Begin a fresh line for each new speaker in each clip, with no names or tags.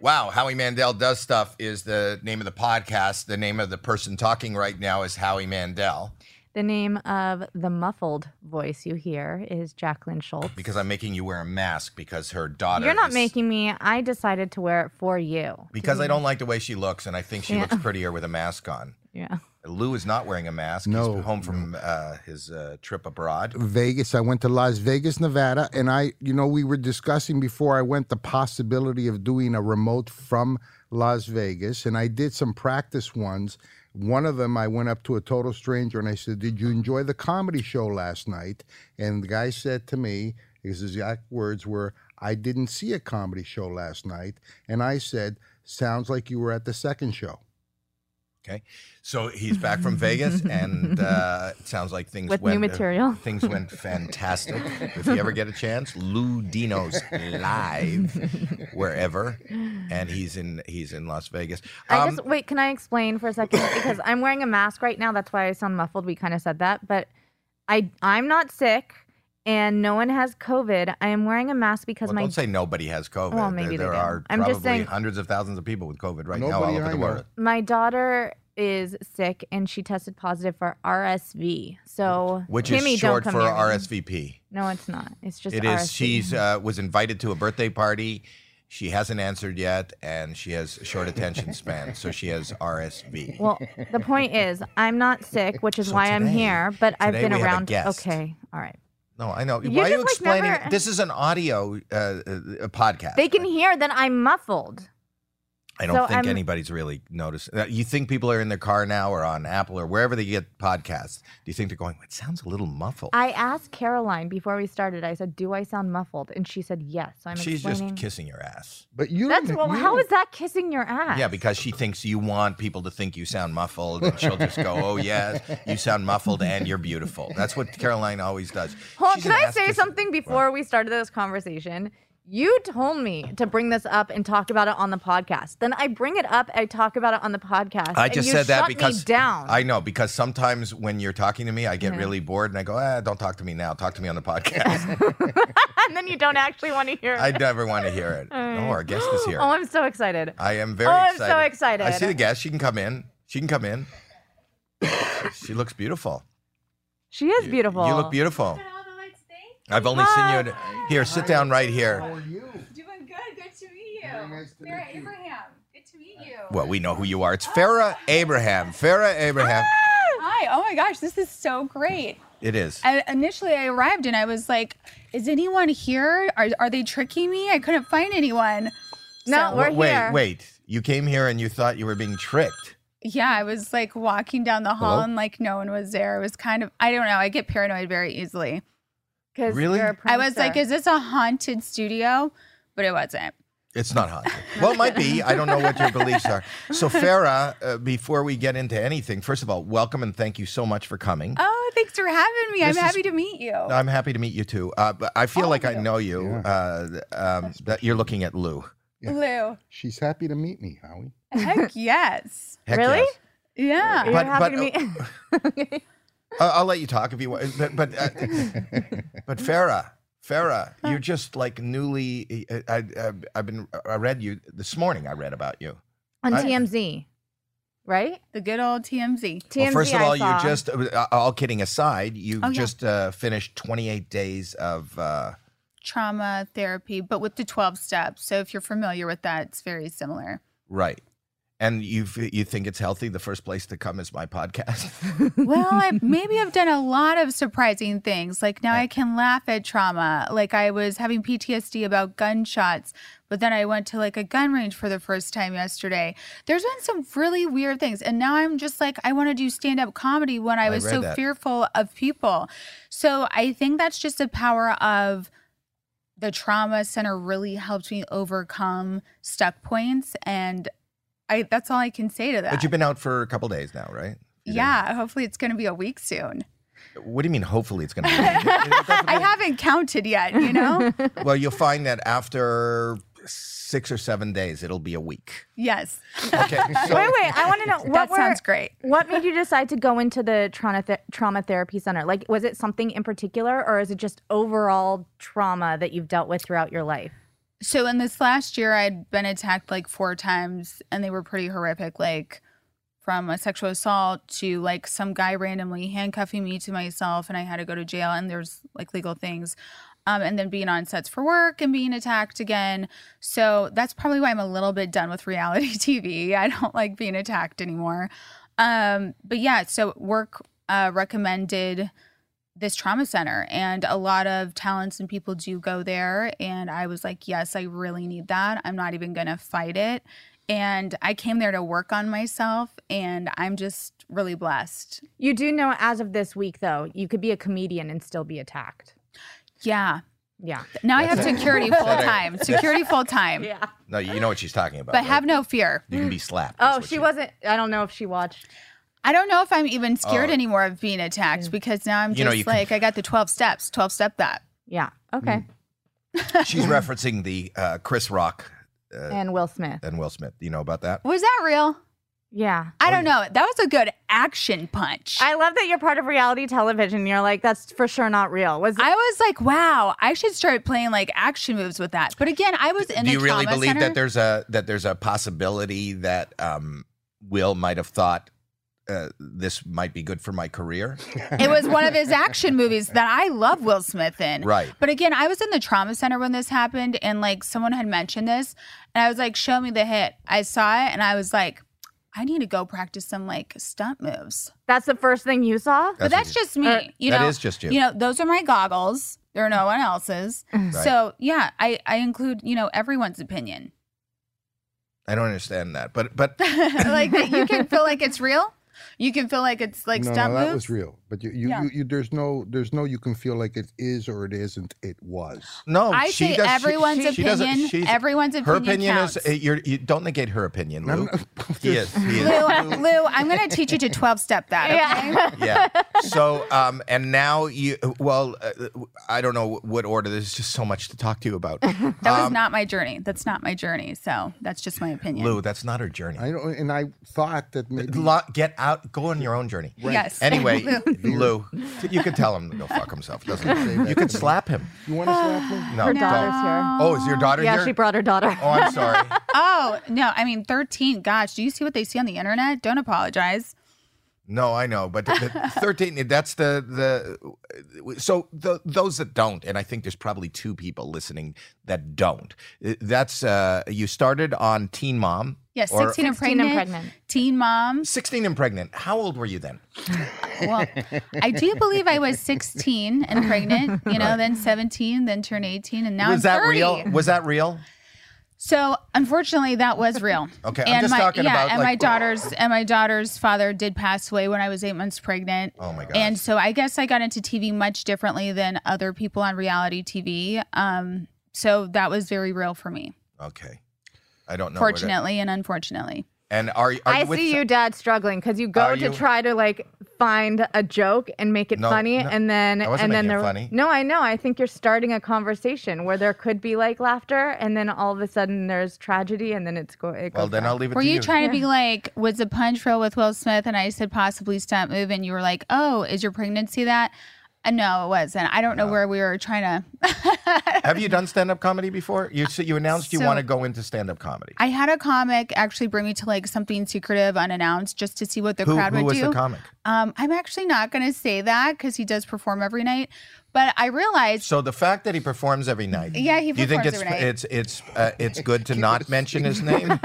Wow, Howie Mandel Does Stuff is the name of the podcast. The name of the person talking right now is Howie Mandel
The name of the muffled voice you hear is Jacqueline Schultz.
because I'm making you wear a mask because her daughter.
You're not
is-
making me. I decided to wear it for you.
Because I don't like the way she looks, and I think she
Yeah.
looks prettier with a mask on.
Yeah.
Lou is not wearing a mask.
No,
He's home from uh, his uh, trip abroad.
Vegas. I went to Las Vegas, Nevada, and I, you know, we were discussing before I went the possibility of doing a remote from Las Vegas, and I did some practice ones. One of them, I went up to a total stranger and I said, "Did you enjoy the comedy show last night?" And the guy said to me, his exact words were, "I didn't see a comedy show last night," and I said, "Sounds like you were at the second show."
Okay, so he's back from Vegas, and uh, it sounds like things
With new
went uh,
material.
things went fantastic. if you ever get a chance, Lou Dino's live wherever, and he's in he's in Las Vegas.
I
Um,
just wait. Can I explain for a second? Because I'm wearing a mask right now. That's why I sound muffled. We kind of said that, but I I'm not sick, and no one has COVID. I am wearing a mask because
well,
my
don't say nobody has COVID.
Well,
There-
maybe they
there
do.
are
I'm just
probably
saying-
hundreds of thousands of people with COVID right now all
Nobody
over
I
the
know.
world.
my daughter is sick, and she tested positive for RSV. So
Which
Kimmy,
is short
don't
for
come near me.
RSVP.
No, it's not. It's just
It is.
RSV.
She's uh, was invited to a birthday party. She hasn't answered yet, and she has short attention span, so she has RSV.
Well, the point is, I'm not sick, which is
So
why I'm
today-
here. But I've
today
been
we have a
around.
guest.
Okay, all right.
no, I know.
You
Why are you
just, like,
explaining?
never-
This is an audio uh, uh, podcast.
They can hear that I'm muffled.
I don't
so
think
I'm-
anybody's really noticed. Uh, You think people are in their car now, or on Apple, or wherever they get podcasts? Do you think they're going? It sounds a little muffled.
I asked Caroline before we started. I said, "Do I sound muffled?" And she said, "Yes." So I'm
She's
explaining.
just kissing your ass.
But you
That's
don't-
well.
you
How
don't-
is that kissing your ass?
Yeah, because she thinks you want people to think you sound muffled, and she'll just go, "Oh yes, you sound muffled, and you're beautiful." That's what Caroline always does.
Hold on,
She's
can
an
I
ass
say
kisser.
something before we started this conversation? You told me to bring this up and talk about it on the podcast. Then I bring it up. I talk about it on the podcast.
I
and
just
you
said that
shut
because
me down.
I know because sometimes when you're talking to me, I get
Mm-hmm.
really bored and I go, "Ah, don't talk to me now. Talk to me on the podcast."
and then you don't actually want to hear.
I
it.
never want to hear it. Oh, our guest is here.
Oh, I'm so excited.
I am very
Oh, I'm so
excited. I
excited.
see the guest. She can come in. She can come in. she looks beautiful.
She is beautiful.
You look beautiful.
All the lights stay?
I've only seen you in, here. Sit down right here.
How are you?
Doing good. Good to meet you.
Very nice to
Sarah
meet you.
Abraham. Good to meet you.
Well, we know who you are. It's Farah Abraham. Farah Abraham.
Hi. Oh my gosh, this is so great.
It is.
I, initially, I arrived and I was like, "Is anyone here? Are, are they tricking me? I couldn't find anyone."
No,
So-
we're
wait,
here.
wait. You came here and you thought you were being tricked.
Yeah, I was like walking down the hall
Hello?
and like no one was there. It was kind of I don't know. I get paranoid very easily.
'Cause
Really?
you're a
I was like,
prankster.
"Is this a haunted studio?" But it wasn't.
It's not haunted. well, it might be. I don't know what your beliefs are. So, Farah, uh, before we get into anything, first of all, welcome and thank you so much for coming.
Oh, thanks for having me.
This
I'm
is-
happy to meet you.
Oh.
I'm happy to meet you too. Uh, but I feel
All
like
of
I
you.
know you. Uh, um, that you're looking at Lou.
Yeah.
Lou.
She's happy to meet me, Howie.
Heck yes.
Heck
Really?
yes.
Yeah.
You're
But- uh,
happy
but,
to meet.
I- I'll let you talk if you want. But but uh, but Farah, Farah, you're just like newly. I, I I've- I've been. I read you this morning. I read about you.
on
I-
TMZ, right?
The good old TMZ.
TMZ.
well, first of
I
all,
saw.
you just. uh, All kidding aside, you
Oh, yeah.
just uh, finished 28 days of. Uh,
trauma therapy, but with the 12 steps. So if you're familiar with that, it's very similar.
Right. And you you think it's healthy? The first place to come is my podcast.
Well, I, maybe I've done a lot of surprising things. Like now I can laugh at trauma. Like I was having PTSD about gunshots, but then I went to like a gun range for the first time yesterday. There's been some really weird things. And now I'm just like, I want to do stand up comedy when I
I
was
read
so
that.
fearful of people. So I think that's just the power of the trauma center really helped me overcome stuck points and I that's all I can say to that.
but you've been out for a couple days now, right? You didn't-
yeah, hopefully it's going to be a week soon.
What do you mean? Hopefully, it's going to be. It- it doesn't
I
really-
haven't counted yet, you know?
Well, you'll find that after six or seven days, it'll be a week.
yes.
Okay. So,
wait, wait. I want to know what
that
were,
sounds great.
What made you decide to go into the trauma th- trauma therapy center? Like, was it something in particular, or is it just overall trauma that you've dealt with throughout your life?
So in this last year, I'd been attacked like four times, and they were pretty horrific. Like from a sexual assault to like some guy randomly handcuffing me to myself, and I had to go to jail. And there's like legal things, um, and then being on sets for work and being attacked again. So that's probably why I'm a little bit done with reality TV. I don't like being attacked anymore. Um, but yeah, so work uh, recommended this trauma center and a lot of talents and people do go there and i was like yes i really need that i'm not even going to fight it and i came there to work on myself and i'm just really blessed
You do know as of this week, though, you could be a comedian and still be attacked.
yeah
Yeah.
now i
That's
have
it.
security full
That's it.
time security full time
No, you know what she's talking about.
but
right?
have no fear
you can be slapped.
Oh,
is what
she wasn't. I don't know if she watched.
i don't know if i'm even scared
Oh.
anymore of being attacked because now i'm just
You know, you can-
like i got the 12 steps 12 step that
Yeah.
Mm.
Okay.
She's referencing the uh, Chris Rock uh,
And Will Smith.
and Will Smith. You know about that?
was that real
Yeah.
i don't
Oh,
know that was a good action punch
I love that you're part of reality television. You're like, that's for sure not real. Was
I was like, wow, I should start playing like action moves with that. But again, I was in
Do
a
you really
trauma
believe
center.
that there's a that there's a possibility that um, Will might have thought uh, this might be good for my career?
it was one of his action movies that I love Will Smith in.
Right.
But again, I was in the trauma center when this happened and like someone had mentioned this and I was like, show me the hit. I saw it and I was like, I need to go practice some like stunt moves.
that's the first thing you saw?
But that's just me.
Uh,
you
that
know,
is just you.
You know, those are my goggles. They're no one else's. So yeah, I, I include, you know, everyone's opinion.
I don't understand that, but but
like that you can feel like it's real. You can feel like it's like
no,
stunt
no, that
moves.
was real. But you, you,
Yeah.
you, you, there's no, there's no. You can feel like it is or it isn't. It was.
no,
I
she
say
does, she-
everyone's
she, she doesn't-
opinion.
she's-
everyone's
her
opinion.
opinion
counts.
is uh, you're, you don't negate her opinion, Lou. he is. He is.
Lou, uh, Lou, I'm gonna teach you to 12 step that. Okay?
Yeah.
yeah. So, um, and now you, well, uh, I don't know what order. There's just so much to talk to you about.
That was
Um,
not my journey. That's not my journey. So that's just my opinion.
Lou, that's not her journey.
I don't, and I thought that maybe
Lo- get out, go on your own journey.
Yes.
Anyway, Lou, you could tell him to go fuck himself. Doesn't
Say
it?
that
You could
to me.
slap him.
you want to slap me.
No,
Her
don't.
daughter's here.
Oh, is your daughter
Yeah,
here?
she brought her daughter.
oh, I'm sorry.
oh no, I mean 13. Gosh, do you see what they see on the internet? Don't apologize.
No, I know, but the, the 13. That's the the. So the, those that don't, and I think there's probably two people listening that don't. That's uh, you started on Teen Mom.
Yes,
or-
16 and
16
pregnant.
and pregnant.
Teen mom.
16 and pregnant. How old were you then?
Well, I do believe I was 16 and pregnant, you know, then 17, then turned 18, and now
was
I'm
that
30.
real? Was that real?
So unfortunately, that was real.
Okay, I'm
and
just
my,
talking
yeah,
about,
and
like-
my daughter's and my daughter's father did pass away when I was eight months pregnant.
Oh my god.
And so I guess I got into TV much differently than other people on reality TV. Um, so that was very real for me,
okay. I don't know. what it-
fortunately and unfortunately.
and are, are
I
you with
see you, Dad, struggling because you go
Are
to
you-
try to like find a joke and make it
No,
funny,
no,
and then
I wasn't
and then
making it
there-
funny.
No, I know. I think you're starting a conversation where there could be like laughter, and then all of a sudden there's tragedy, and then it's go. It
Well,
goes
then
down.
I'll leave it
Were
to
you,
you.
trying to be like, was the punch real with Will Smith? And I said possibly stunt move, and you were like, oh, is your pregnancy that? Uh, no, it wasn't. I don't know where we were trying to.
Have you done stand up comedy before? You s- you announced you
So-
want to go into stand up comedy.
I had a comic actually bring me to like something secretive, unannounced, just to see what the
Who,
crowd
who
would
was
do.
the comic?
um, I'm actually not going to say that because he does perform every night, but I realized.
So the fact that he performs every night.
Yeah, he
Do you think it's
performs every night.
it's it's uh, it's good to not mention his name?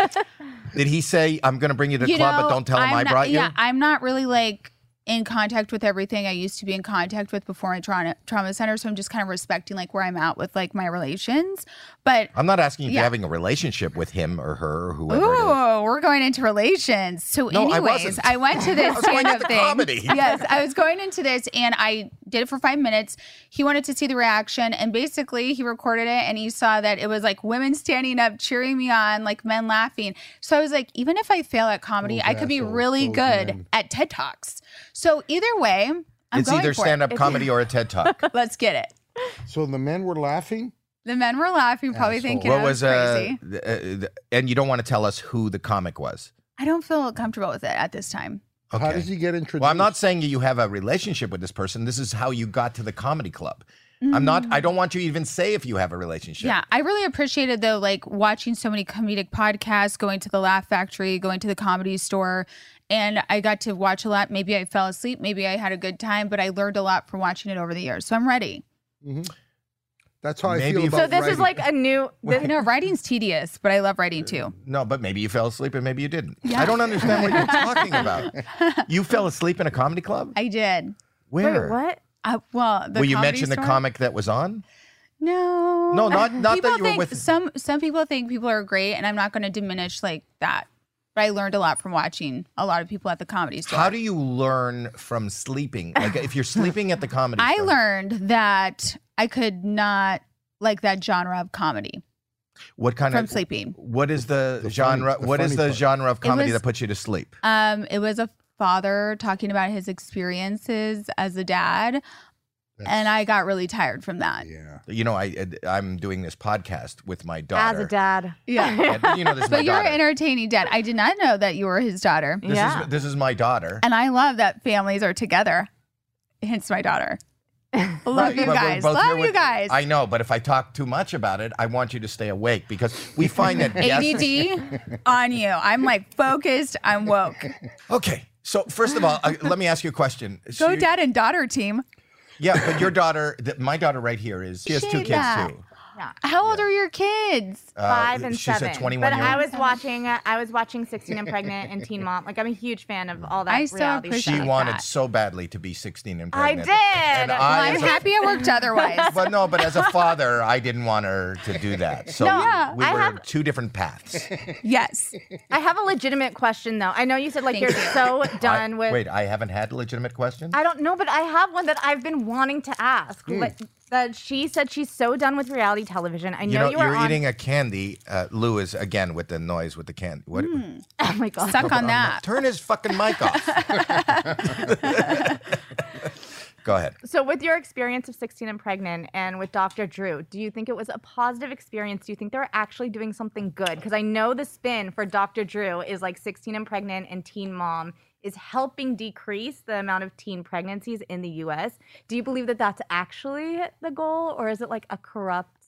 Did he say I'm going to bring you to the
you
club,
know,
but don't tell him
I'm
I
not-
brought you?
Yeah, I'm not really like in contact with everything I used to be in contact with before in trauma, trauma center. So I'm just kind of respecting like where I'm at with like my relations. But
I'm not asking if you're
Yeah.
having a relationship with him or her or whoever it is.
Ooh, we're going into relations. So,
No, I
anyways,
wasn't.
I, went to this
was going
stand-up
into
thing.
comedy.
Yes, I was going into this, and I did it for five minutes. He wanted to see the reaction, and basically, he recorded it, and he saw that it was like women standing up, cheering me on, like men laughing. So I was like, even if I fail at comedy,
Those
I could be
assholes,
really
those
good
men.
at TED Talks. So either way, I'm
it's
going
either
for
stand
it.
up comedy or a TED talk.
Let's get it.
So the men were laughing.
The men were laughing, probably
Asshole.
thinking
what
I
was
was,
uh,
crazy.
th- uh, th- and you don't want to tell us who the comic was.
I don't feel comfortable with it at this time.
Okay.
How does he get introduced?
well, I'm not saying you have a relationship with this person. This is how you got to the comedy club. I'm
Mm.
not. I don't want you to even say if you have a relationship.
Yeah, I really appreciated though, like watching so many comedic podcasts, going to the Laugh Factory, going to the comedy store. And I got to watch a lot. Maybe I fell asleep. Maybe I had a good time, but I learned a lot from watching it over the years. So I'm ready.
Mm-hmm. That's how I
Maybe
feel
if-
about
So this is
writing.
like a new.
I know writing's tedious, but I love writing too.
No, but maybe you fell asleep and maybe you didn't.
Yeah.
I don't understand what you're talking about. You fell asleep in a comedy club?
I did.
Where?
Wait, what?
Uh, well, the
Will you
comedy
mention the
store?
comic that was on?
No.
No, not not
people
that you were
think
with.
some some people think people are great, and I'm not going to diminish like that. But I learned a lot from watching a lot of people at the comedy store.
How do you learn from sleeping? Like if you're sleeping at the comedy,
I
store-
learned that I could not like that genre of comedy
what kind
from
of
sleeping.
What is the,
The funny-
genre?
the
what is the
funny part.
genre of comedy
was-
that puts you to sleep?
Um, it was a father talking about his experiences as a dad, and I got really tired from that.
Yeah.
You know, I I'm doing this podcast with my
As
daughter.
a dad.
Yeah.
And, you know, this is my
But you're
daughter.
an entertaining dad. I did not know that you were his daughter.
this
yeah.
is this is my daughter.
And I love that families are together. Hence my daughter. Love you
But we're
guys.
both here
Love you
with-
guys.
I know, but if I talk too much about it, I want you to stay awake because we find that guests.
ADD on you. I'm like focused. I'm woke.
Okay. So first of all, uh, let me ask you a question.
Go
So-
dad and daughter team.
Yeah, but your daughter, th- my daughter right here is she has two kids
Sheila.
too.
How old are your kids?
Uh,
Five and
she's
seven.
a 21
but
year
I
old.
was watching. uh, I was watching 16 and Pregnant and Teen Mom. Like I'm a huge fan of all that.
I so
reality
appreciate
She
stuff.
like
wanted
that.
so badly to be 16 and
I
pregnant.
did.
And
Well,
I,
I'm
as a-
happy it worked otherwise.
but no, but as a father, I didn't want her to do that. So
No,
Yeah.
we
I
were
have-
two different paths.
yes.
I have a legitimate question though. I know you said like you're
Thank
so done
I-
with.
Wait, I haven't had legitimate questions?
I don't know, but I have one that I've been wanting to ask.
Hmm.
Like, that she said she's so done with reality television. I know
you
you,
know,
are
are
on.
eating a candy. Uh, Lou is again with the noise with the candy. What?
oh my god.
Suck on that.
Turn his fucking mic off. Go ahead.
So, with your experience of 16 and pregnant and with Dr. Drew, do you think it was a positive experience? Do you think they're actually doing something good? Because I know the spin for Dr. Drew is like 16 and pregnant and teen mom is helping decrease the amount of teen pregnancies in the US. Do you believe that that's actually the goal or is it like a corrupt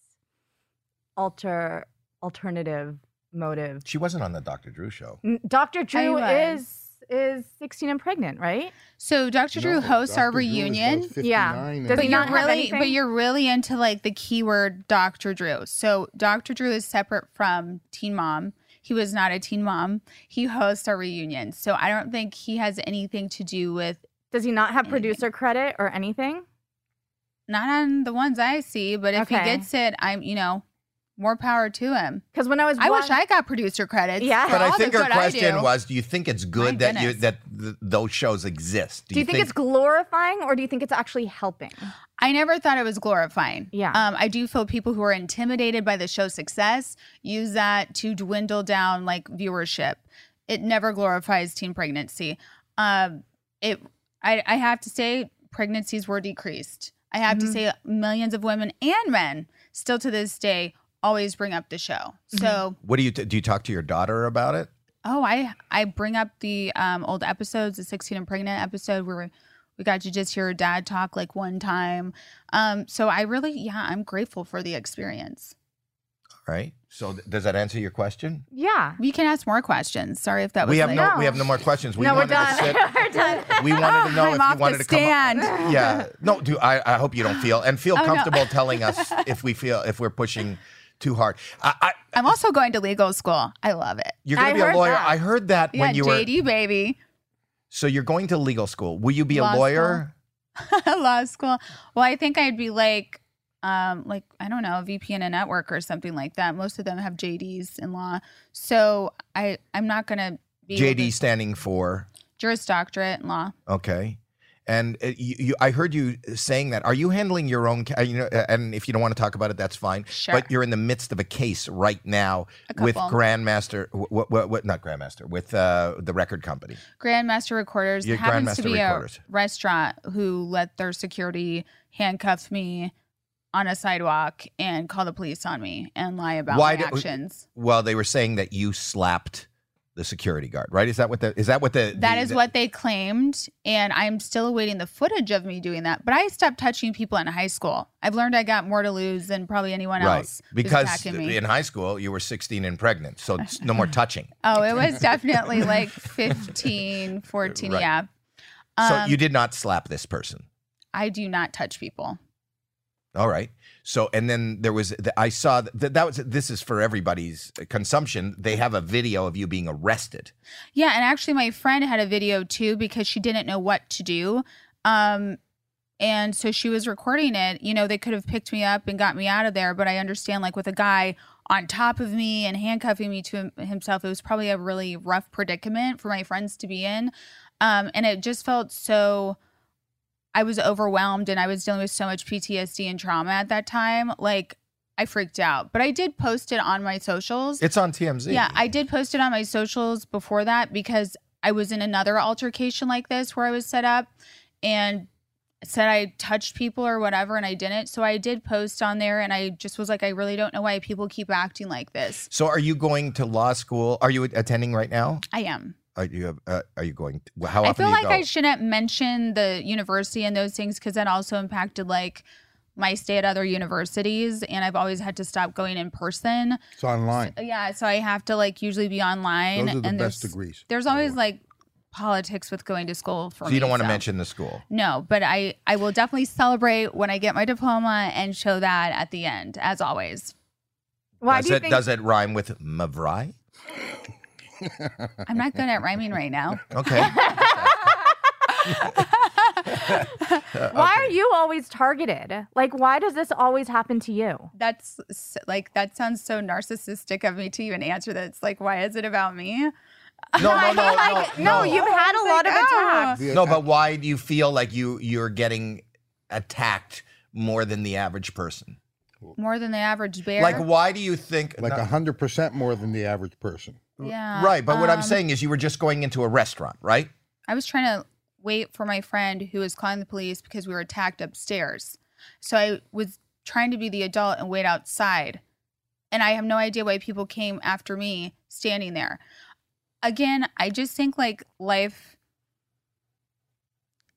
alter alternative motive?
She wasn't on the Dr. Drew show.
N- Dr. Drew
was.
is is 16 and pregnant, right?
So Dr.
No,
Drew hosts our
Dr. Drew is about
reunion.
59 and-
Does
But
he
you're
not have
really, but
anything?
you're really into like the keyword Dr. Drew. So Dr. Drew is separate from Teen Mom. He was not a Teen Mom. He hosts our reunion, so I don't think he has anything to do with
Does he not have
Anything.
producer credit or anything?
not on the ones I see. But if he
Okay.
gets it, I'm you know more power to him.
Because when I was
I wish
watch-
I got producer credits.
Yeah.
for
But I
all the
think her
good I
question
do.
was, do you think it's good
My
that you
goodness.
that th- those shows exist?
Do you, think, it's glorifying or do you think it's actually helping?
I never thought it was glorifying.
Yeah.
Um, I do feel people who are intimidated by the show's success use that to dwindle down like viewership. It never glorifies teen pregnancy. Um, it I, I have to say pregnancies were decreased. I have to
Mhm.
say millions of women and men still to this day always bring up the show. So
What do you t- do? You talk to your daughter about it?
oh I I bring up the um, old episodes, the 16 and pregnant episode where we we got to just hear her dad talk like one time. Um, so I really yeah I'm grateful for the experience.
Right. So th- does that answer your question?
Yeah.
We can ask more questions. Sorry if that was
we have
like,
no,
No.
we have no more questions. We
no, we're
wanted
done.
to sit.
we're done.
We wanted to know
I'm
if
off
you wanted
the
to come. up-
stand.
Yeah. No, do I, I hope you don't feel and feel
Oh, no.
comfortable telling us if we feel if we're pushing too hard. I, I
I'm also going to legal school. I love it.
you're gonna
I
be a
heard
lawyer.
that.
I heard that
Yeah,
when you were
JD baby,
so you're going to legal school. Will you be
Law
a
school.
lawyer?
law school. Well, I think I'd be like, um, like I don't know, a VP in a network or something like that. Most of them have JDs in law, so I I'm not gonna be able
JD
to-
standing for
Juris Doctorate in law.
Okay. And uh, you, you, I heard you saying that. Are you handling your own? ca- uh, You know, uh, and if you don't want to talk about it, that's fine.
Sure.
But you're in the midst of a case right now
A
with
couple.
Grandmaster. What? What? what not Grandmaster. With uh, the record company.
Grandmaster Recorders
Your
happens to
Grandmaster
be
Recorders.
a restaurant who let their security handcuff me on a sidewalk and call the police on me and lie about
Why
my
do-
actions.
Well, they were saying that you slapped the security guard, right? Is that what the is that what the
That
the-
is
the-
what they claimed, and I'm still awaiting the footage of me doing that. But I stopped touching people in high school. I've learned I got more to lose than probably anyone else who's
because
attacking me.
in high school you were 16 and pregnant, so it's no more touching.
oh, it was definitely like 15, 14.
Right.
Yeah,
so
Um,
you did not slap this person.
I do not touch people.
All right. So and then there was the, I saw that that was this is for everybody's consumption. They have a video of you being arrested.
Yeah, and actually, my friend had a video too because she didn't know what to do. Um, and so she was recording it. You know, they could have picked me up and got me out of there, but I understand, like, with a guy on top of me and handcuffing me to him- himself, it was probably a really rough predicament for my friends to be in. Um, and it just felt so. I was overwhelmed and I was dealing with so much PTSD and trauma at that time. Like, I freaked out, but I did post it on my socials.
It's on TMZ.
Yeah, I did post it on my socials before that because I was in another altercation like this where I was set up and said I touched people or whatever and I didn't. So I did post on there and I just was like, I really don't know why people keep acting like this.
so are you going to law school? Are you attending right now?
I am.
Are you uh, are you going? How
I
often
feel
do you
like
go?
I shouldn't mention the university and those things because that also impacted like my stay at other universities and I've always had to stop going in person.
It's online.
Yeah, so I have to like usually be online
Those are the
and
best
there's
degrees.
there's
by the
always
way.
like politics with going to school for
so
me,
you don't want to mention the school.
no but i i will definitely celebrate when i get my diploma and show that at the end as always
Why
does
do you
it
think?
does it rhyme with Mavri?
i'm not good at rhyming right now
Okay.
why are you always targeted? Like, why does this always happen to you?
that's s- like that sounds so narcissistic of me to even answer that it's like why is it about me
No, no, no, no, ah!
Like, no, you've had a lot of
Like, oh.
attacks.
The-
No, but why do you feel like you you're getting attacked more than the average person?
more than the average bear
Like, why do you think?
like
no-
a hundred percent more than the average person.
yeah
right, but what I'm
um,
saying is, you were just going into a restaurant, right?
I was trying to wait for my friend who was calling the police because we were attacked upstairs. So I was trying to be the adult and wait outside. And I have no idea why people came after me standing there. Again, I just think like life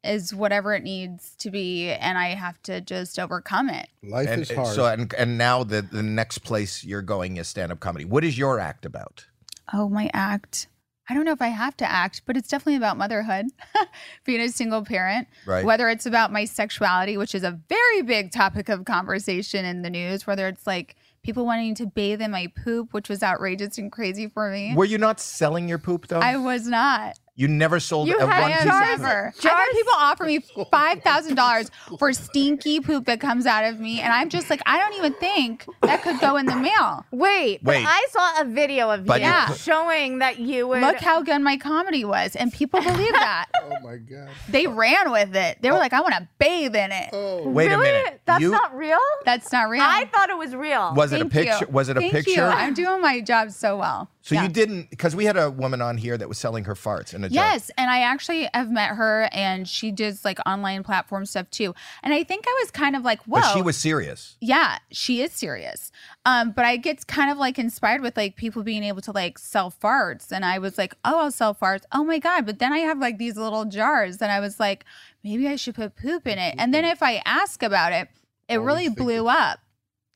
is whatever it needs to be, and I have to just overcome it.
Life
and
is hard.
so, and, and now the the next place you're going is stand up comedy. What is your act about?
Oh, my act. I don't know if I have to act, but it's definitely about motherhood, being a single parent.
Right.
Whether it's about my sexuality, which is a very big topic of conversation in the news, whether it's like people wanting to bathe in my poop, which was outrageous and crazy for me.
Were you not selling your poop though?
I was not.
you never sold
You
a
had
one
I
piece of
am
poop.
never. I've had people offer me five thousand dollars for stinky poop that comes out of me, and I'm just like, I don't even think that could go in the mail.
Wait, but
Wait.
I saw a video of
But
you
you-
showing that you would.
Look how good my comedy was, and people believe that.
oh my god.
They ran with it. They were like, I want to bathe in it.
Oh.
Wait
really?
a minute.
That's
you,
not real.
That's not real.
I thought it was real.
Was it a
Thank you.
picture? Was it a
Thank
picture?
You. I'm doing my job so well.
so
Yeah.
you didn't, because we had a woman on here that was selling her farts in a jar.
Yes, and I actually have met her, and she does like online platform stuff too. And I think I was kind of like, whoa,
but she was serious.
yeah, she is serious. Um, but I get kind of like inspired with like people being able to like sell farts, and I was like, oh, I'll sell farts. Oh my god! But then I have like these little jars, and I was like, maybe I should put poop in it. And then if I ask about it,
Oh,
it
Always
really
think
blew
it-
up.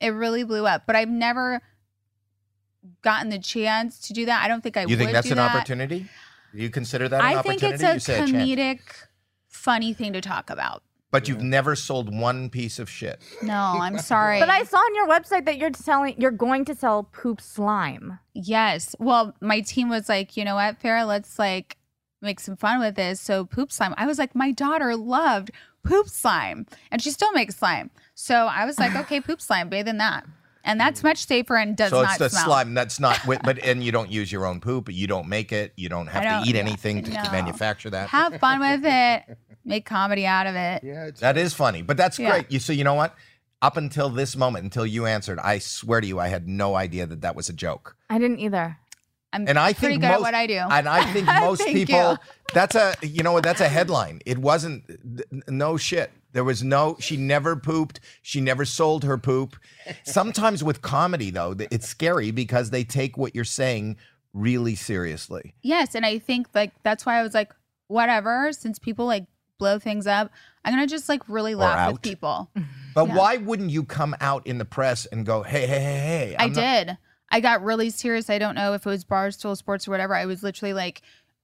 It really blew up. But I've never gotten the chance to do that. I don't think I
you
would
think that's
do
an
that.
opportunity? You consider that an
I think
opportunity?
it's
you
a
say a chance.
comedic, funny thing to talk about.
But you've never sold one piece of shit.
No, I'm sorry.
But I saw on your website that you're selling, you're going to sell poop slime.
yes. Well, my team was like, you know what, Farah, let's like make some fun with this. So poop slime. I was like, my daughter loved poop slime, and she still makes slime. So I was like, okay, poop slime, bathe in that, and that's much safer and does
Mm. so
not
it's the
smell.
slime that's not, wi- but and you don't use your own poop. You don't make it. You don't have
I don't-
to eat
yeah,
anything to
no.
manufacture that.
Have fun with it. Make comedy out of it.
Yeah, it's
that is funny, but that's
Yeah.
great. You so you know what? Up until this moment, until you answered, I swear to you, I had no idea that that was a joke.
I didn't either.
I'm
And I
pretty
think
good
most,
at what I do.
And I think most
Thank
people.
you.
That's a you know what? That's a headline. It wasn't th- no shit. There was no. She never pooped. She never sold her poop. Sometimes with comedy though, th- it's scary because they take what you're saying really seriously.
Yes, and I think like that's why I was like, whatever. Since people like blow things up, I'm gonna just like really laugh with
out.
people.
But
Yeah.
why wouldn't you come out in the press and go, hey, hey, hey, hey?
i
I'm not-
did. I got really serious. I don't know if it was Barstool Sports or whatever. I was literally like,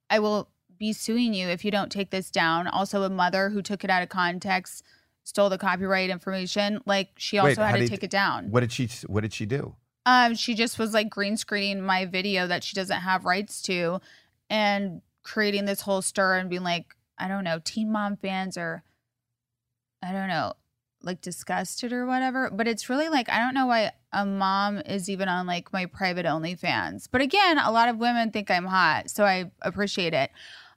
I will be suing you if you don't take this down. Also, a mother who took it out of context stole the copyright information. Like she also
Wait, how
had to
did-
take it down.
What did she? What did she do?
Um, she just was like green screening my video that she doesn't have rights to and creating this whole stir and being like, I don't know, teen mom fans are I don't know, like disgusted or whatever. But it's really like I don't know why a mom is even on like my private OnlyFans. But again, a lot of women think I'm hot, so I appreciate it.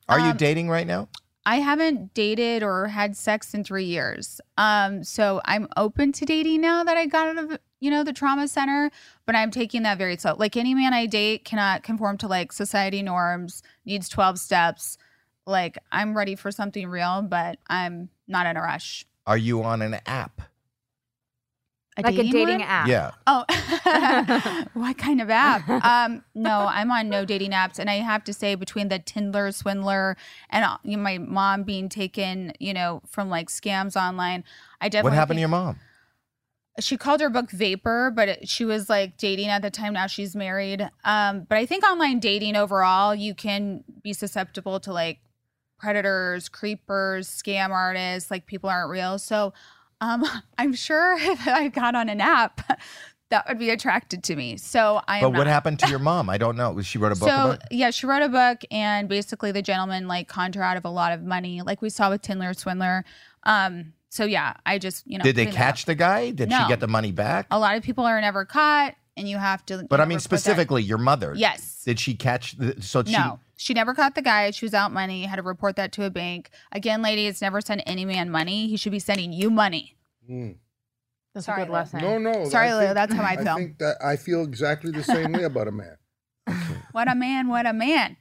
Are you
Um,
dating right now?
I haven't dated or had sex in three years. Um, so I'm open to dating now that I got out of you know the trauma center, but I'm taking that very slow. Like any man I date cannot conform to like society norms, needs twelve steps. Like I'm ready for something real, but I'm not in a rush.
Are you on an app?
like a dating
one?
app.
Yeah.
Oh, what kind of app? Um, no, I'm on no dating apps, and I have to say, between the Tindler swindler and uh, you know, my mom being taken, you know, from like scams online, I definitely
What happened to
think-
your mom?
she called her book vapor but it, she was like dating at the time now she's married um but i think online dating overall you can be susceptible to like predators creepers scam artists like people aren't real so um i'm sure if i got on an app that would be attracted to me so i am
But
not.
what happened to your mom? I don't know. She wrote a book.
so
about
yeah she wrote a book and basically the gentleman like conned her out of a lot of money like we saw with tindler swindler um so yeah i just you know
Did they
putting that out.
catch the guy? Did
No. Oh,
she get the money back?
a lot of people are never caught and you have to you
But
know,
I mean,
report that.
specifically your mother.
yes
Did she catch? The, so she.
no she never caught the guy she was out money had to report that to a bank again ladies never send any man money he should be sending you money
mm.
That's
Sorry,
a good
Lou.
lesson.
No, no.
sorry
I
Lou,
think-
that's how i feel
I think that I feel exactly the same way about a man.
what a man what a man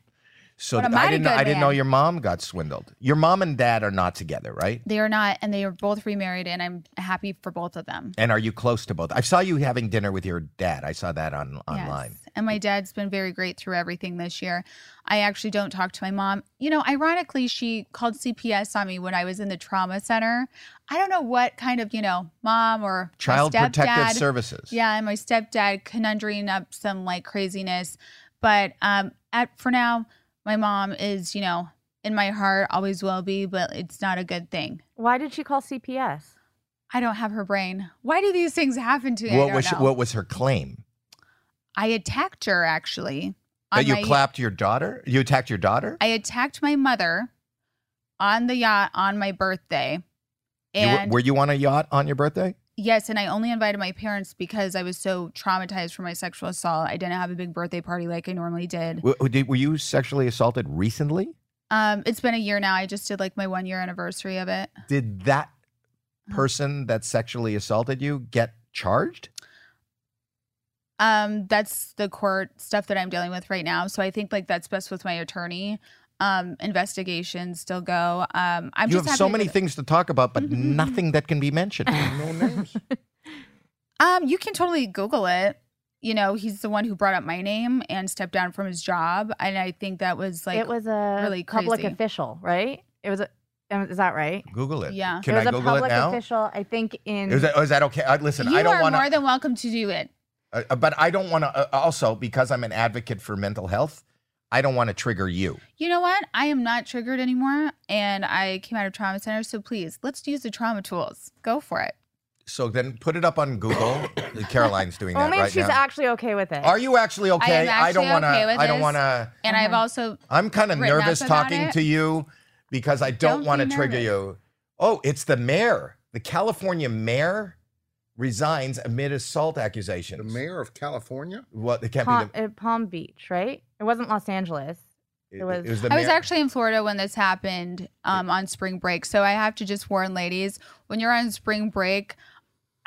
So
What a
th- I
mighty
didn't. know-
good
I didn't know
man.
your mom got swindled. Your mom and dad are not together, right?
they are not and they are both remarried and i'm happy for both of them
And are you close to both? I saw you having dinner with your dad. I saw that on online.
Yes. And my dad's been very great through everything this year. I actually don't talk to my mom. You know, ironically, she called CPS on me when I was in the trauma center. I don't know what kind of, you know, mom or my
Child
stepdad-
Protective Services.
Yeah, and my stepdad conundrum up some like craziness. But um at for now, my mom is, you know, in my heart, always will be, but it's not a good thing.
Why did she call CPS?
I don't have her brain. Why do these things happen to me? I
What
don't
was she-
know.
what was her claim?
I attacked her actually. on
That you
my-
clapped your daughter? You attacked your daughter?
I attacked my mother on the yacht on my birthday.
You were,
And
were you on a yacht on your birthday?
yes, and I only invited my parents because I was so traumatized from my sexual assault. I didn't have a big birthday party like I normally did.
W- w- did- Were you sexually assaulted recently?
Um, it's been a year now. I just did like my one year anniversary of it.
Did that
Uh-huh.
person that sexually assaulted you get charged?
Um, that's the court stuff that I'm dealing with right now. So I think like that's best with my attorney. Um, investigations still go. Um, I'm
you
just
have so
happy Mm-hmm.
many
with-
things to talk about, but nothing that can be mentioned.
No names.
Um, you can totally Google it. You know, he's the one who brought up my name and stepped down from his job, and I think that was like,
it was a
really
public
crazy.
official, right? It was a. um, Is that right?
Google it.
Yeah.
Can
it
I
was a
Google it
public
now?
official, I think in
Is that, oh, is that okay? I, listen,
you
I don't
are
want
more
to,
than welcome to do it.
uh, but I don't want to. Uh, also, because I'm an advocate for mental health, I don't want to trigger you.
You know what? I am not triggered anymore, and I came out of trauma center. So please, let's use the trauma tools. Go for it.
So then, put it up on Google. Caroline's doing that
only
right
if Oh, she's
now.
actually okay with it.
Are you actually okay?
actually
don't want to.
okay with
I don't
this.
want to.
And I've also
I'm kind of
Written up
nervous
about
talking
it.
to you because I don't,
Don't
want to
be
trigger
nervous.
you. Oh, it's the mayor. The California mayor resigns amid assault
The
accusations.
mayor of California?
What? It can't
Palm,
be
uh, Palm Beach, right? It wasn't Los Angeles.
the.
it was-
the
I was
mayor.
actually in Florida when this happened um, on spring break. So I have to just warn ladies when you're on spring break,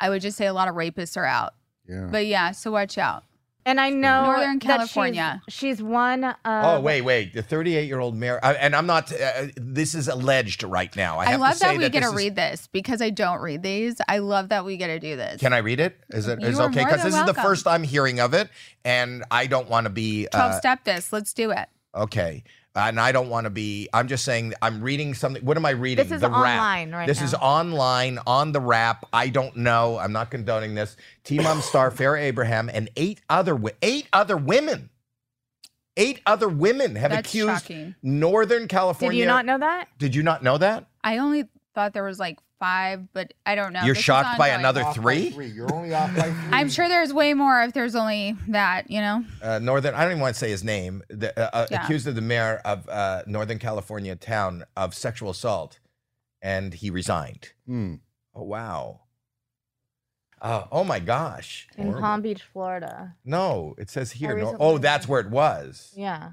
I would just say a lot of rapists are out.
Mm.
Yeah.
But yeah, so watch out.
And I know
Northern
that she's-
California.
She's, one. um, Of,
Oh
um,
wait, wait! The 38-year-old mayor, I, and I'm not. Uh, this is alleged right now. I,
I,
have to
love
say
that we get
this
to
is-
read this because I don't read these. I love that we get to do this.
Can I read it? Is it
You
is
are
okay?
more
Because
than
this is the
welcome.
first I'm hearing of it, and I don't want to be.
12
Uh,
step this. Let's do it.
okay, and I don't want to be. I'm just saying. I'm reading something. What am I reading?
This is
the rap.
online right
This
now.
is online on the rap. I don't know. I'm not condoning this. T Mom star Farrah Abraham and eight other wo- eight other women. Eight other women have
That's
accused
shocking.
Northern
Did
California.
you not know that?
Did you not know that?
I only thought there was like five, but I don't know.
You're
This is
shocked by
ongoing.
another
Off by
three?
three. You're only off by three.
I'm sure there's way more if there's only that, you know?
uh, Northern, I don't even want to say his name, the, uh, uh,
Yeah.
accused of the mayor of uh, Northern California town of sexual assault, and he resigned.
Hmm.
Oh, wow. Uh, oh, my gosh.
In Palm Beach, Florida.
No, it says here. Nor-
recently
oh,
read
that's
that.
where it was.
Yeah.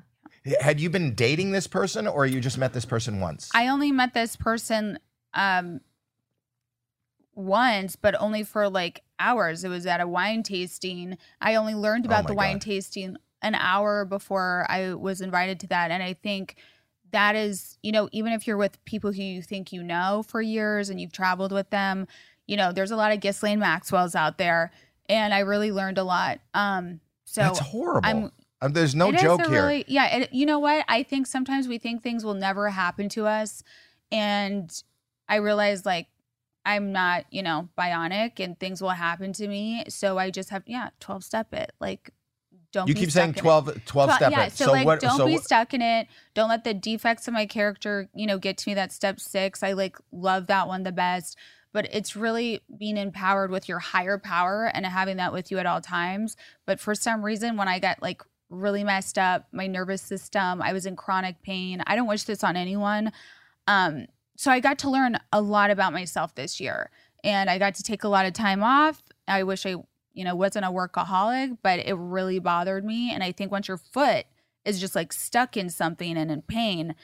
Had you been dating this person, or you just met this person once?
I only met this person um once, but only for like hours. It was at a wine tasting. I only learned
Oh
about
my
the wine
God.
tasting an hour before I was invited to that. And I think that is, you know, even if you're with people who you think you know for years and you've traveled with them, you know, there's a lot of Ghislaine Maxwell's out there. And I really learned a lot. Um so
that's horrible.
I'm-
Um, there's no
it is
joke
a
here.
really- yeah, it, you know what? I think sometimes we think things will never happen to us, and I realize like I'm not, you know, bionic, and things will happen to me. So I just have yeah, twelve step it. Like don't
you
be
keep saying
stuck in
12,
it.
12 step
yeah,
it.
so, like
what?
don't
so
be
what-
stuck in it. Don't let the defects of my character, you know, get to me. That's step six. I like love that one the best. But it's really being empowered with your higher power and having that with you at all times. But for some reason, when I got like really messed up, my nervous system, I was in chronic pain. I don't wish this on anyone. Um, so I got to learn a lot about myself this year and I got to take a lot of time off. I wish I, you know, wasn't a workaholic, but it really bothered me. And I think once your foot is just like stuck in something and in pain,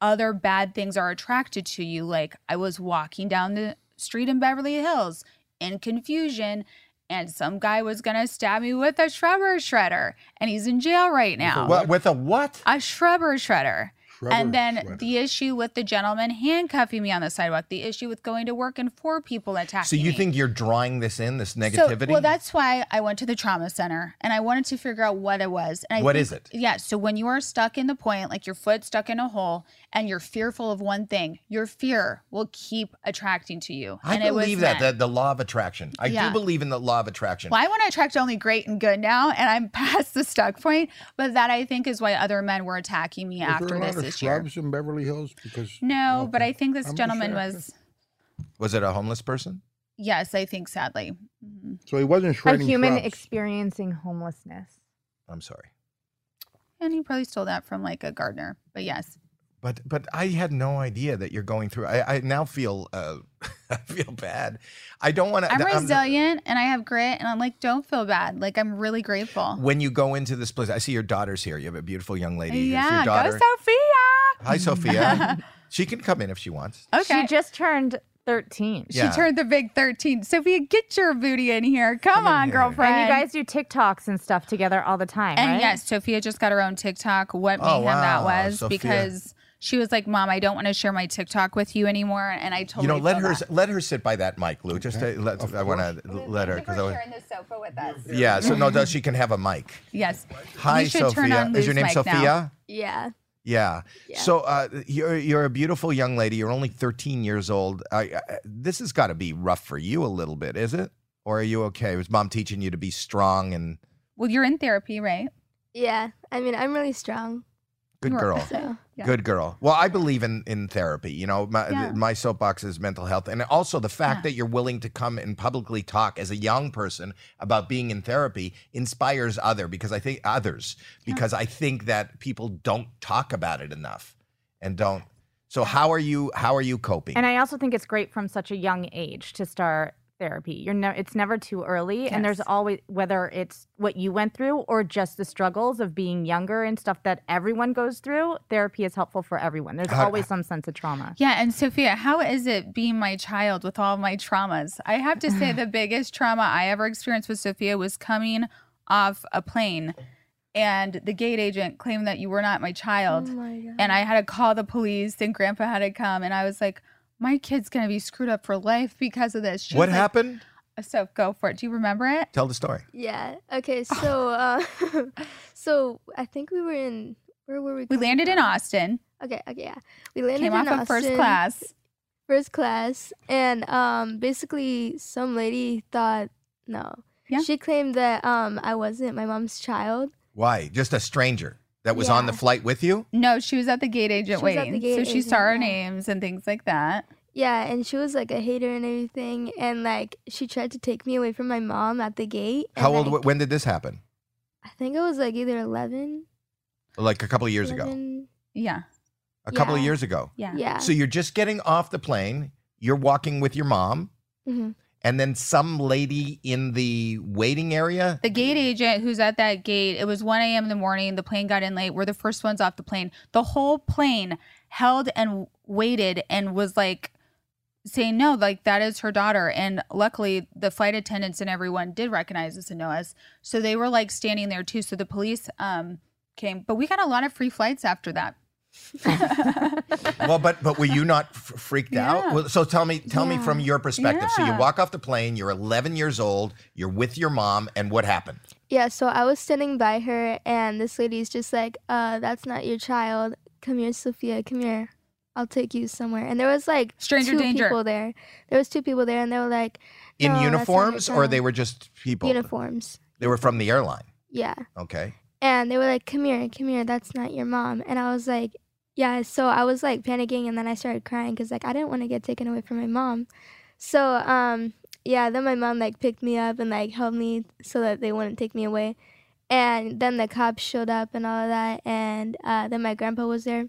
other bad things are attracted to you. Like I was walking down the street in Beverly Hills in confusion and some guy was going to stab me with a shrubber shredder and he's in jail right now.
Well, with a what?
A shrubber shredder.
Trevor
And then
Shredder.
the issue with the gentleman handcuffing me on the sidewalk, the issue with going to work and four people attacking
So you
me.
think you're drawing this in, this
So-
negativity?
well, that's why I went to the trauma center and I wanted to figure out what it was. And I
What
think-
is it?
Yeah. So when you are stuck in the point, like your foot stuck in a hole, and you're fearful of one thing, your fear will keep attracting to you.
I
and it was
believe that,
men.
that the law of attraction. I
Yeah.
do believe in the law of attraction.
Well, I want to attract only great and good now, and I'm past the stuck point. But that I think is why other men were attacking me
Were there
after
a lot
this Hmm.
of
this year.
shrubs in Beverly Hills because
No, but I think this
I'm
gentleman
distracted.
was.
Was it a homeless person?
Yes, I think sadly. Mhm.
so he wasn't
A
shredding
human
shrubs.
experiencing homelessness.
I'm sorry.
And he probably stole that from like a gardener. But yes.
But but I had no idea that you're going through. I, I now feel uh, I feel bad. I don't want to.
I'm resilient and I have grit and I'm like, don't feel bad. Like I'm really grateful.
When you go into this place, I see your daughter's here. You have a beautiful young lady. Here's
yeah,
your
go
daughter.
Sophia.
Hi, Sophia. she can come in if she wants.
Okay.
She just turned 13.
She,
Yeah.
turned the big 13. Sophia, get your booty in here. Come, on,
here.
girlfriend.
And you guys do TikToks and stuff together all the time,
And
right?
yes, Sophia just got her own TikTok. What made
Oh,
him
wow,
that was
Sophia.
because she was like, Mom, I don't want to share my TikTok with you anymore. And I told
you know, let her let her sit by that mic, Lou. Just to, let, I want to let her because I was,
the sofa with us.
yeah. So no, she can have a mic.
Yes.
Hi,
should turn
Sophia.
on
Is your
Lou's
name
mic now.
Sophia?
Yeah.
Yeah.
Yeah.
So uh, you're you're a beautiful young lady. You're only 13 years old. I, I, this has got to be rough for you a little bit, is it? Or are you okay? Was mom teaching you to be strong and
Well, you're in therapy, right?
Yeah. I mean, I'm really strong.
good
Right.
girl?
So,
Yeah.
Good girl. Well, I believe in in therapy. You know, my
Yeah.
my soapbox is mental health, and also the fact
Yeah.
that you're willing to come and publicly talk as a young person about being in therapy inspires other because I think others because I think that people don't talk about it enough and don't. So how are you? How are you coping?
And I also think it's great from such a young age to start therapy. You're no, it's never too early, and there's
Yes.
always whether it's what you went through or just the struggles of being younger and stuff that everyone goes through. Therapy is helpful for everyone. There's
How-
always some sense of trauma.
Yeah, and Sophia, how is it being my child with all my traumas? I have to say, the biggest trauma I ever experienced with Sophia was coming off a plane and the gate agent claimed that you were not my
Oh
child
my god.
and I had to call the police and grandpa had to come and I was like my kid's going to be screwed up for life because of this. She
what
was like-
happened?
so go for it. Do you remember it?
Tell the story.
Yeah. Okay. So, uh, so I think we were in. Where were we?
We
coming
landed in
from?
Austin,
Okay. Okay. Yeah. We landed
came
in
off
Austin,
of first class.
First class, and um, basically, some lady thought no.
Yeah.
She claimed that um, I wasn't my mom's child.
Why? Just a stranger that was on the
Yeah.
flight with you?
No, she was at the gate agent
She was at the
waiting.
gate
so she
agent,
saw our
yeah.
names and things like that.
Yeah, and she was like a hater and everything, and like she tried to take me away from my mom at the gate. and,
How old?
like,
w- When did this happen?
I think I was like either eleven.
Like a couple of years ago.
11
Yeah.
A couple of
yeah.
years ago.
Yeah.
Yeah.
So you're just getting off the plane. You're walking with your mom,
Mm-hmm.
Mhm.
and then some lady in the waiting area.
The gate agent who's at that gate, it was 1 a.m. in the morning. The plane got in late. We're the first ones off the plane. The whole plane held and waited and was like saying, no, like that is her daughter. And luckily, the flight attendants and everyone did recognize us and know us. So they were like standing there too. So the police um, came, but we got a lot of free flights after that.
well, but but were you not f- freaked out?
Yeah.
Well, so tell me, tell me
Yeah.
from your perspective. So you
Yeah.
walk off the plane. You're 11 years old. You're with your mom, and what happened?
Yeah, so I was standing by her, and this lady's just like, uh, that's not your child. Come here, Sophia. Come here. I'll take you somewhere. And there was like
Stranger
two
danger.
people there. There was two people there, and they were like
In
No, that's not my
uniforms, or
job.
they were just people?
uniforms.
They were from the airline.
Yeah.
Okay.
And they were like, come here, come here. That's not your mom. And I was like, yeah. So I was like panicking, and then I started crying because like I didn't want to get taken away from my mom. So um, yeah. Then my mom like picked me up and like helped me so that they wouldn't take me away. And then the cops showed up and all of that, and uh, then my grandpa was there.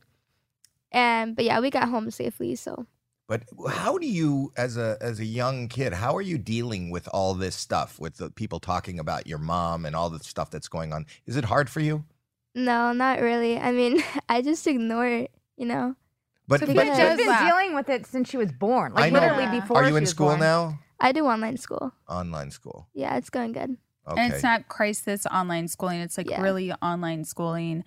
And but yeah, we got home safely. So
But how do you, as a as a young kid, how are you dealing with all this stuff with the people talking about your mom and all the stuff that's going on? Is it hard for you?
no, not really. I mean, I just ignore it, you know.
But,
So
but,
if
But
Yeah.
she's
does
been
laugh.
dealing with it since she was born. Like
I know.
literally
Yeah.
before.
are you
she
in
was
school
born.
now?
I do online school.
Online school.
Yeah, it's going good.
Okay.
And it's not crisis online schooling. It's like
Yeah.
really online schooling.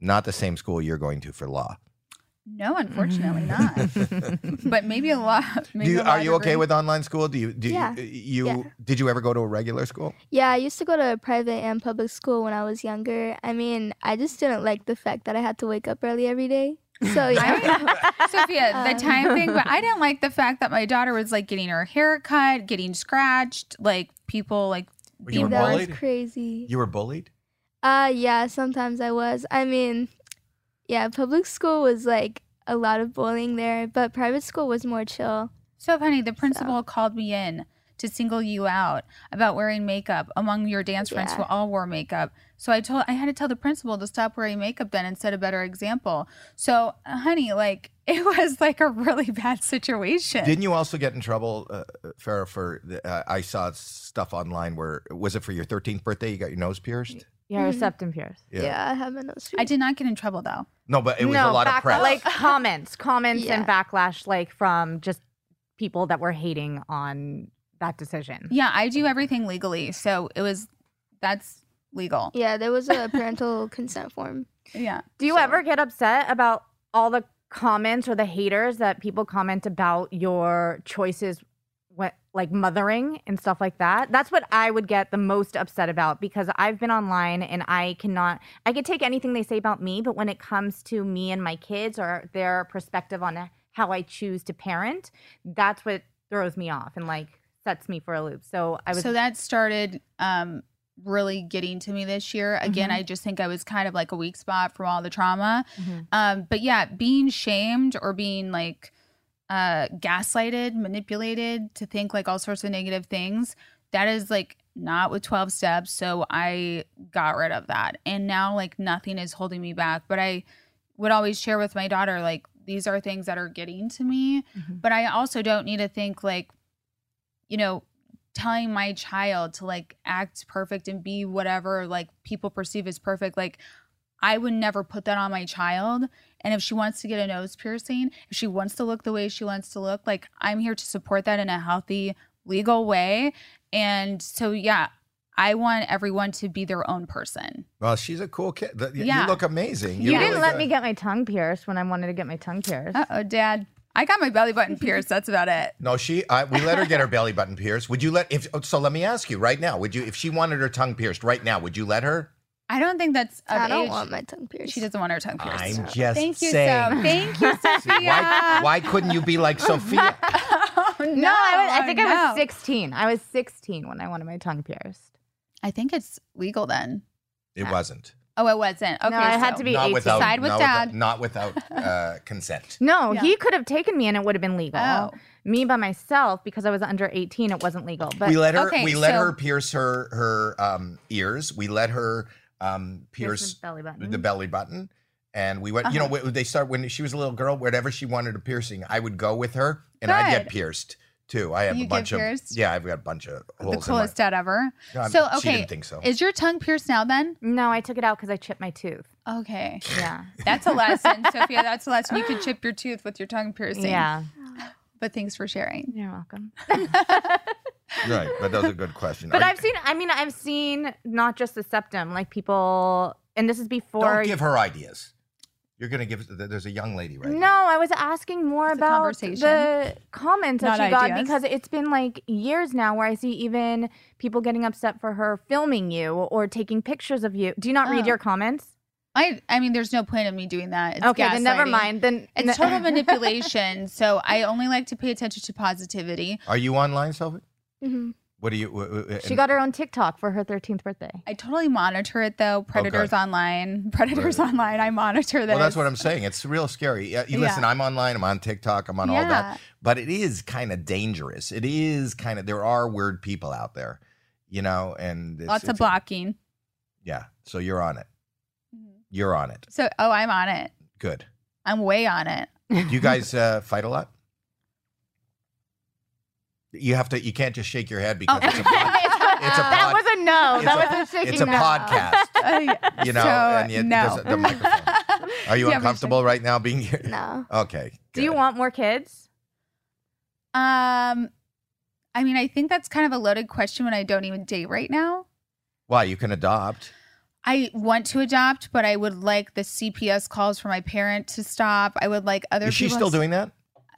Not the same school you're going to for law.
No, unfortunately not. But maybe a lot.
Do
Maybe
you,
a
are
law
you okay
degree.
with online school? Do you do
Yeah.
you, you
Yeah.
did you ever go to a regular school?
Yeah, I used to go to private and public school when I was younger. I mean, I just didn't like the fact that I had to wake up early every day. So yeah,
Sophia,
Um,
the time thing, but I didn't like the fact that my daughter was like getting her hair cut, getting scratched, like people like
Were you
that
were
being
was
bullied?
crazy.
You were bullied?
Uh yeah, sometimes I was. I mean, yeah, public school was like a lot of bullying there, but private school was more chill.
So, honey, the principal called me in to single you out about wearing makeup among your dance friends who
Yeah.
all wore makeup. So I told I had to tell the principal to stop wearing makeup then and set a better example. So, honey, like it was like a really bad situation.
Didn't you also get in trouble, uh, Farah? For the, uh, I saw stuff online where was it for your 13th birthday? You got your nose pierced.
Yeah, her
Mhm.
septum pierced.
Yeah, I have my nose.
I did not get in trouble though.
No, but it was a lot of
back-
press.
Like comments, comments, and
Yeah.
backlash, like from just people that were hating on that decision.
Yeah, I do everything legally. So it was that's legal.
Yeah, there was a parental consent form.
Yeah.
Do you
So-
ever get upset about all the comments or the haters that people comment about your choices, what, like mothering and stuff like that? That's what I would get the most upset about because I've been online and I cannot, I could take anything they say about me, but when it comes to me and my kids or their perspective on how I choose to parent, that's what throws me off and like sets me for a loop. So I was
so that started um, really getting to me this year. Again,
Mhm.
I just think I was kind of like a weak spot from all the trauma.
Mhm.
Um, but yeah, being shamed or being like uh, gaslighted, manipulated to think like all sorts of negative things, that is like not with 12 steps. So I got rid of that. And now like nothing is holding me back. But I would always share with my daughter, like, these are things that are getting to me
Mm-hmm.
but I also don't need to think like, you know, telling my child to like act perfect and be whatever like people perceive as perfect. Like, I would never put that on my child. And if she wants to get a nose piercing, if she wants to look the way she wants to look, like I'm here to support that in a healthy, legal way. And so, yeah, I want everyone to be their own person.
Well, she's a cool kid. Th- y-
Yeah.
You look amazing.
You
You're
didn't
really
let
good.
me get my tongue pierced when I wanted to get my tongue pierced.
Uh oh, Dad. I got my belly button pierced. That's about it.
No, she. I, we let her get her belly button pierced. Would you let? If oh, so, let me ask you right now. Would you, if she wanted her tongue pierced right now, would you let her?
I don't think that's of
I don't
age.
want my tongue pierced.
She doesn't want her tongue pierced.
I'm just
Thank you,
saying.
Sophie. Thank you, Sophia.
Why, why couldn't you be like Sophia?
Oh, no,
no, I, was, I
oh,
think I
no.
was 16. I was 16 when I wanted my tongue pierced.
I think it's legal then.
It wasn't.
Oh, it wasn't. Okay,
no, I had
so-
to be
Not
18.
without.
Side with
not without-
dad.
not without uh, consent.
No,
Yeah.
he could have taken me and it would have been legal.
Oh,
Me by myself because I was under 18, it wasn't legal. But
we let her.
okay,
we let
so-
her pierce her her um, ears. We let her um,
Pierce
pierce
the belly
Mm-hmm.
button.
the belly button. And we went, you know,
Uh-huh.
wh- they start when she was a little girl, whenever she wanted a piercing, I would go with her and I'd get
Good.
pierced too. I have
You
a
get
bunch of,
pierced?
yeah, I've got a bunch of
the
holes. in my-
coolest dad ever.
No, I'm-
So,
she
okay,
didn't think so.
Is your tongue pierced now then?
no, I took it out because I chipped my tooth.
Okay.
Yeah.
That's a lesson, Sophia. That's a lesson. You could chip your tooth with your tongue piercing.
yeah.
But thanks for sharing.
You're welcome.
right, but that's a good question.
But
Are
I've
you-
seen, I mean, I've seen not just the septum, like people, and this is before.
Don't give her ideas. You're gonna give. th- There's a young lady right.
no,
now.
I was asking more
It's a
about
conversation.
the comments that
Not
she got
ideas.
because it's been like years now where I see even people getting upset for her filming you or taking pictures of you. Do you not read
Oh.
your comments?
I I mean, there's no point in me doing that. It's
okay, then never
gaslighting.
mind. Then
It's total manipulation. So I only like to pay attention to positivity.
Are you online, Sophie?
hmm
What do you? wh- wh-
she
and-
got her own TikTok for her 13th birthday.
I totally monitor it though. Predators online. Predators
Right.
online. I monitor this.
Well, that's what I'm saying. It's real scary. Yeah, you
Yeah.
listen. I'm online. I'm on TikTok. I'm on all that. But it is kind of dangerous. It is kind of. There are weird people out there, you know, and it's,
Lots of
it's-
blocking.
Yeah. So you're on it.
Mm-hmm.
You're on it.
So oh, I'm on it.
Good.
I'm way on it.
Do you guys uh, fight a lot? You have to. You can't just shake your head because
Oh.
it's a pod- It's a pod-
that was a no.
it's
that
a-
was a shaking
it's a
no.
podcast.
Uh, yeah.
You know,
So,
and yet it
no.
doesn't- the microphone. Are you
Yeah, but
uncomfortable right now being here?
No.
Okay.
Do you
good.
want more kids?
Um, I mean, I think that's kind of a loaded question when I don't even date right now.
Why you can adopt?
I want to adopt, but I would like the CPS calls from my parent to stop. I would like other
Is she
people-
still doing that?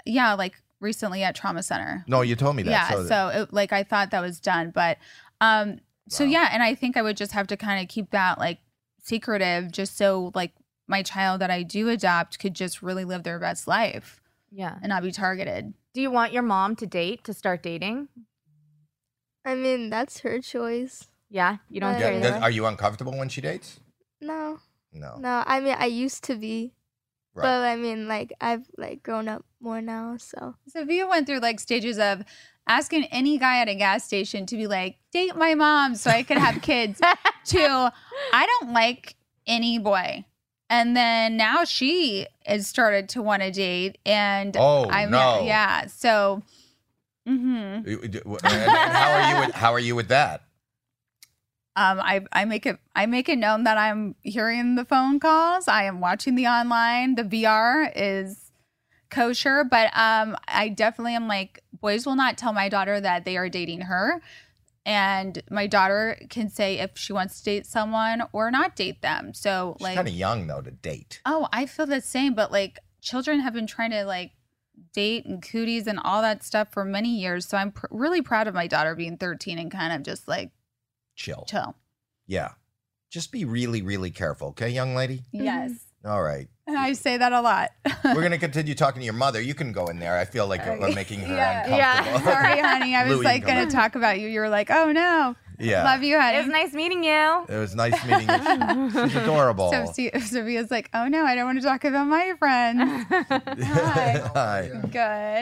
Yeah, like recently at trauma center.
No, you told me that.
yeah,
so,
so, it, like I thought that was done, but um so
Wow.
yeah, and I think I would just have to kind of keep that like secretive just so like my child that I do adopt could just really live their best life
Yeah.
and not be targeted.
Do you want your mom to date to start dating?
I mean, that's her choice.
Yeah, you don't
Yeah,
Yeah,
care
does-
either?
are you uncomfortable when she dates?
No,
No.
no. I mean, I used to be,
Oh. Right.
but I mean, like I've like grown up more now. So
Sophia went through like stages of asking any guy at a gas station to be like, date my mom so I could have kids. to I don't like any boy. And then now she has started to want to date. And
oh
I'm
no.
yeah. So mhm.
You- you- w- And, and how are you with how are you with that?
um I, I make it I make it known that I'm hearing the phone calls. I am watching the online. The VR is kosher, but um I definitely am like boys will not tell my daughter that they are dating her. And my daughter can say if she wants to date someone or not date them. So
She's
like
kind of young though to date.
Oh, I feel the same, but like children have been trying to like date and cooties and all that stuff for many years. So I'm pr- really proud of my daughter being 13 and kind of just like
Chill.
chill.
Yeah. Just be really, really careful, okay, young lady?
Yes.
All right.
And I say that a lot.
We're gonna continue talking to your mother. You can go in there. I feel like
Okay.
we're making her
Yeah.
Yeah.
uncomfortable.
Sorry, honey. I was
Louis,
like
come
going
on.
to talk about you. You were like, oh no.
yeah.
Love you,
It was
honey.
nice meeting you.
It was nice meeting you. She- She's adorable.
so Se- Sophia's like, oh no, I don't want to talk about my friends. Hi.
Hi.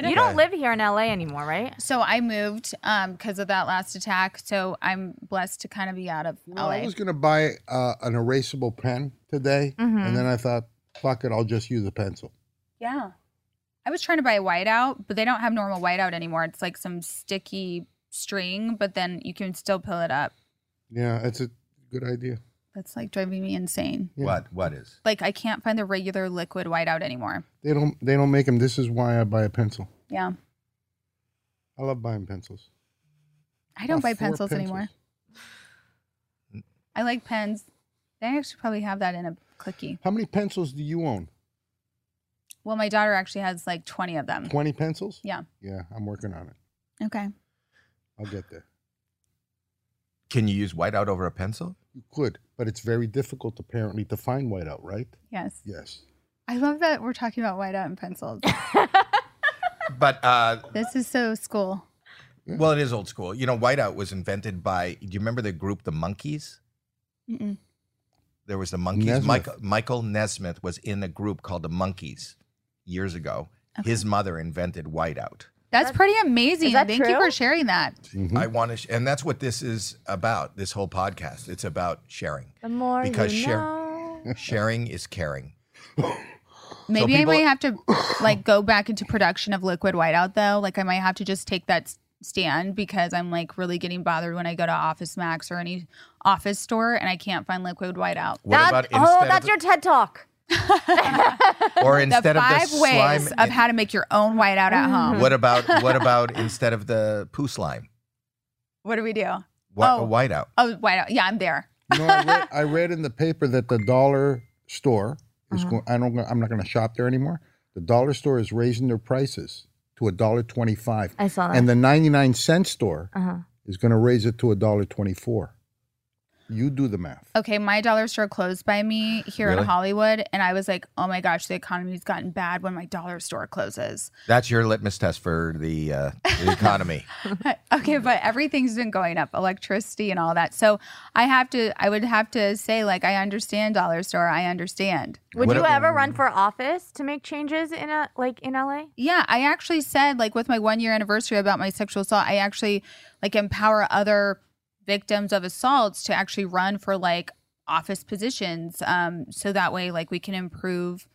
Good.
You don't live here in LA anymore, right?
so I moved um because of that last attack. So I'm blessed to kind of be out of
You know,
LA.
I was gonna buy uh, an erasable pen today,
Mm-hmm.
Hmm.
and then I thought, fuck it, I'll just use a pencil.
Yeah. I was trying to buy whiteout, but they don't have normal whiteout anymore. It's like some sticky string, but then you can still pull it up.
Yeah, that's a good idea.
That's like driving me insane.
Yeah.
What what is?
Like I can't find the regular liquid whiteout anymore.
They don't they don't make them. This is why I buy a pencil.
Yeah.
I love buying pencils.
I don't
Buy
buy
four
pencils, anymore. I like pens. They actually probably have that in a clicky.
How many pencils do you own?
Well, my daughter actually has like 20 of them.
20 pencils?
Yeah.
Yeah, I'm working on it.
Okay.
I'll get there.
Can you use whiteout over a pencil?
You could, but it's very difficult apparently to find whiteout, right?
Yes.
Yes.
I love that we're talking about whiteout and pencils.
But uh,
this is so school.
well, it is old school. You know, whiteout was invented by. Do you remember the group the Monkeys?
Mm-mm.
There was the Monkeys.
Nesmith.
Michael, Michael Nesmith was in a group called the Monkeys years ago. His mother invented whiteout.
That's pretty amazing.
that
Thank you
true?
for sharing that.
Hmm. Mm-hmm.
I want to, sh- and that's what this is about. This whole podcast, it's about sharing.
The more
Because
you
share-
know.
Sharing is caring.
Maybe
people-
I might have to like go back into production of liquid whiteout though. Like I might have to just take that s- stand because I'm like really getting bothered when I go to Office Max or any office store and I can't find liquid whiteout.
What
That-
about instead
oh, that's
of,
your TED talk.
or
The
instead of the
five
slime?
ways of how to make your own whiteout at home. What,
what about what about instead of the poo slime?
do we do?
What
Oh.
a whiteout.
Oh, whiteout. Yeah, I'm there.
You know, I read, I read in the paper that the dollar store is
Uh-huh.
going. I don't. I'm not going to shop there anymore. The dollar store is raising their prices to a dollar twenty-five,
I saw that.
and the ninety-nine cent store
uh-huh.
is going to raise it to a dollar twenty-four. You do the math.
Okay, my dollar store closed by me here
Really?
in Hollywood, and I was like, "Oh my gosh, the economy's gotten bad when my dollar store closes."
That's your litmus test for the, uh, the economy.
okay, but everything's been going up, electricity and all that. So I have to, I would have to say, like, I understand dollar store. I understand.
Would
What
you
a-
ever run for office to make changes in a like in LA?
Yeah, I actually said, like, with my one year anniversary about my sexual assault, I actually like empower other victims of assaults to actually run for like office positions. Um, so that way, like, we can improve.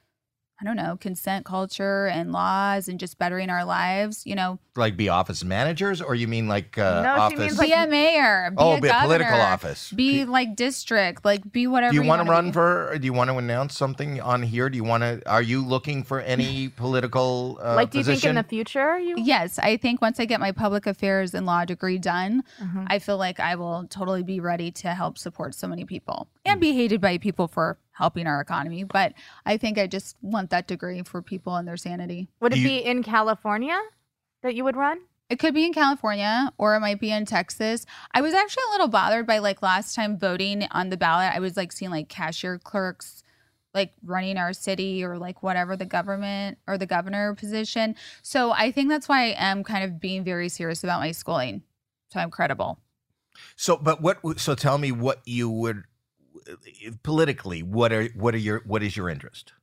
I don't know, consent culture and laws and just bettering our lives, you know.
like be office managers, or you mean like uh,
No, she
office?
means
Be a mayor, be
oh,
a
be
governor,
a political office.
be like district, like be whatever
do you want
wanna
to run
be.
for? Or do you want to announce something on here? Do you want to? Are you looking for any political uh,
like, do you
position?
think in the future you?
Yes, I think once I get my public affairs and law degree done,
Mhm.
I feel like I will totally be ready to help support so many people
Mm.
and be hated by people for helping our economy. But I think I just want that degree for people and their sanity.
Would it
Do you-
be in California that you would run?
It could be in California or it might be in Texas. I was actually a little bothered by like last time voting on the ballot. I was like seeing like cashier clerks like running our city or like whatever the government or the governor position. So I think that's why I am kind of being very serious about my schooling. So I'm credible.
So, but what? So, tell me what you would politically. What are what are your what is your interest?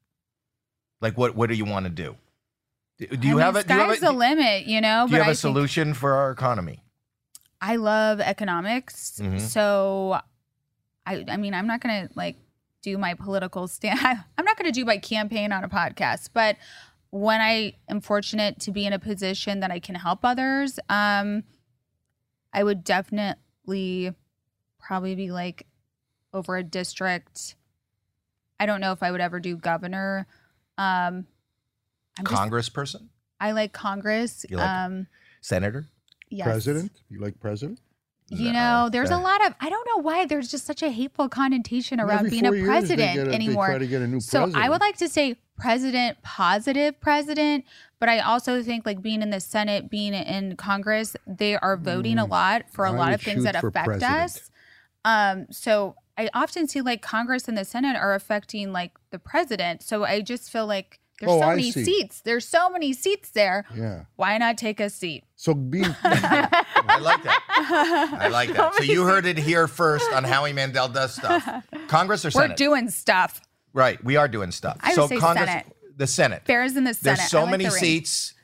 Like, what what do you want to do? Do do you
I mean,
have a do you have
sky's the
a,
limit, you know?
do you have
I
a
think-
solution for our economy?
I love economics.
Mhm.
So I I mean, I'm not going to like do my political stand. I'm not going to do my campaign on a podcast, but when I am fortunate to be in a position that I can help others, um I would definitely probably be like over a district. I don't know if I would ever do governor. Um I'm just,
Congressperson,
I like Congress.
You like-
um
senator.
yes.
President? You like president?
No,
You know, there's
that-
a lot of I don't know why there's just such a hateful connotation around
Every
being a
four years, they
president
get a- They try
anymore.
to get a new
So
president.
I would like to say president positive president, but I also think like being in the Senate, being in Congress, they are voting a
Mm,
lot for a
I
lot
would
of things
shoot
that
for
affect
president.
us. Um so I often see like Congress and the Senate are affecting like the president. So I just feel like there's
Oh,
so
I
many
see.
seats. There's so many seats there.
Yeah.
Why not take a seat?
So being.
I like that. I like that. So you heard it here first on Howie Mandel does stuff. Congress or
We're
Senate?
doing stuff.
right, we are doing stuff.
I would
so
say
Congress,
Senate.
the Senate.
Farrah's in the Senate.
There's
I
so
like
many
the range.
seats.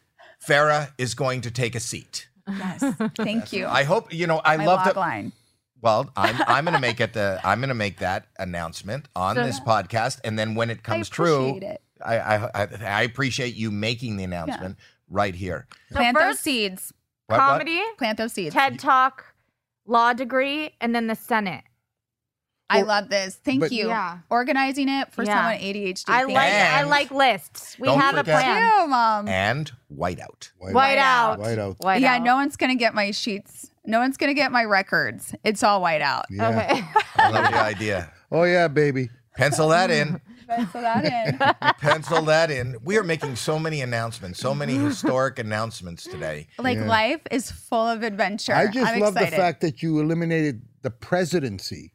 Farah is going to take a seat.
Yes. Thank you.
I hope you know. I
My
love
log
that.
line.
Well, I'm I'm gonna make it the I'm gonna make that announcement on
So-
this podcast, and then when it comes true,
appreciate it.
I, I I I appreciate you making the announcement right here.
Plant those
first-
seeds.
What- what?
Comedy,
Plant those seeds.
TED talk, law degree, and then the Senate.
I love this. Thank
But-
you.
Yeah.
Organizing it for
Yeah.
someone ADHD.
I
Thank
like I
And-
like lists. We
Don't
have a
forget-
you.
plan.
Thank you, mom.
And whiteout.
White out.
White out.
White
yeah,
out.
no one's gonna get my sheets No one's gonna get my records. It's all white out.
Yeah.
Okay.
I love the idea.
Oh yeah, baby.
Pencil that in.
Pencil that in.
Pencil that in. We are making so many announcements, so many historic announcements today.
Like
Yeah.
life is full of adventure.
I just
I'm
love
excited.
the fact that you eliminated the presidency.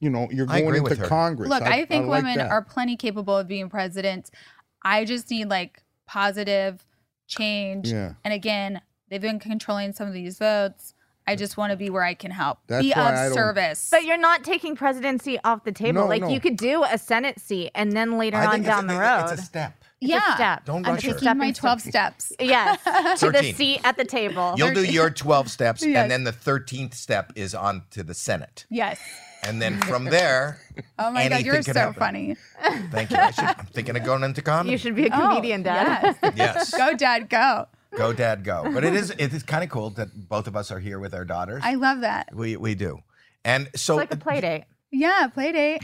You know, you're
I
going
agree with
into
her.
Congress.
Look, I, think
like
women
that.
are plenty capable of being presidents. I just need like positive change.
Yeah.
And again, they've been controlling some of these votes. I just want to be where I can help.
That's
be
why I
of
don't-
service.
But you're not taking presidency off the table.
No,
like
no.
you could do a Senate seat and then later
I
on
think
down
it's
the
a,
road.
It's a step.
yeah.
It's a step.
Don't
I'm
rush her.
taking
Stepping
my 12 steps.
Yes. to the
13.
seat at the table.
You'll do your 12 steps,
Yes.
and then the 13th step is on to the Senate.
Yes.
And then from there,
Oh my God,
Anything
you're so
could happen.
funny.
thank you. I should, I'm thinking of going into comedy.
you should be a
Oh,
comedian, Dad.
yes.
Yes.
go, Dad, go.
Go, Dad, go. But it is it is kind of cool that both of us are here with our daughters.
I love that.
we we do. And so
It's like a play date.
Yeah, play date.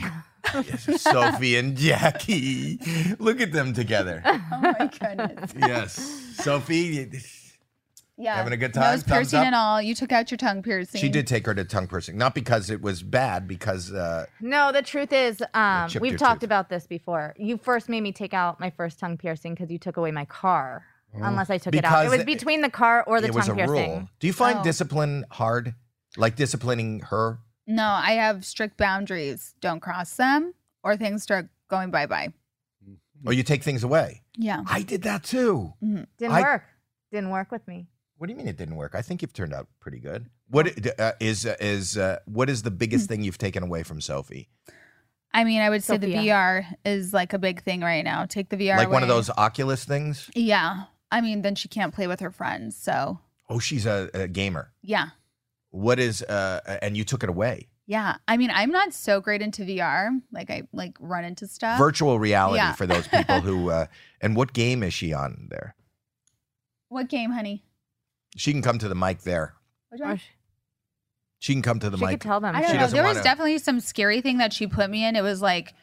Sophie and Jackie. Look at them together.
Oh my goodness.
Yes. Sophie,
Yeah.
Having a good time?
Nose
Thumbs
piercing
up?
and all. You took out your tongue piercing.
she did take her to tongue piercing. Not because it was bad, because uh,
No, the truth is, um,
chipped
we've
your
talked
tooth.
about this before. You first made me take out my first tongue piercing because you took away my car.
Oh,
Unless I took it out. It
Oh. Because
was between the car or the
it
tongue
was a
piercing.
rule. Do you find
Oh.
discipline hard? Like disciplining her?
No, I have strict boundaries. Don't cross them or things start going bye bye.
Or
Mm.
you take things away?
Yeah.
I did that too.
Didn't
I-
work. Didn't work with me.
What do you mean it didn't work? I think you've turned out pretty good. What i- uh, is uh, is uh, what is the biggest thing you've taken away from Sophie?
I mean, I would say the
Sophia.
VR is like a big thing right now. Take the VR.
like one of
away.
those uh, Oculus things?
Yeah. I mean, then she can't play with her friends. So,
Oh, she's a, a gamer.
yeah.
What is uh, and you took it away?
Yeah. I mean, I'm not so great into VR. Like, I like run into stuff.
Virtual reality
yeah.
for those people who. Uh, and what game is she on there?
what game, honey?
She can come to the mic there.
Which
Or
one?
she
She can come to the
Oh, she
mic.
could tell them.
I
she
don't know.
doesn't
There was
wanna-
definitely some scary thing that she put me in. It was like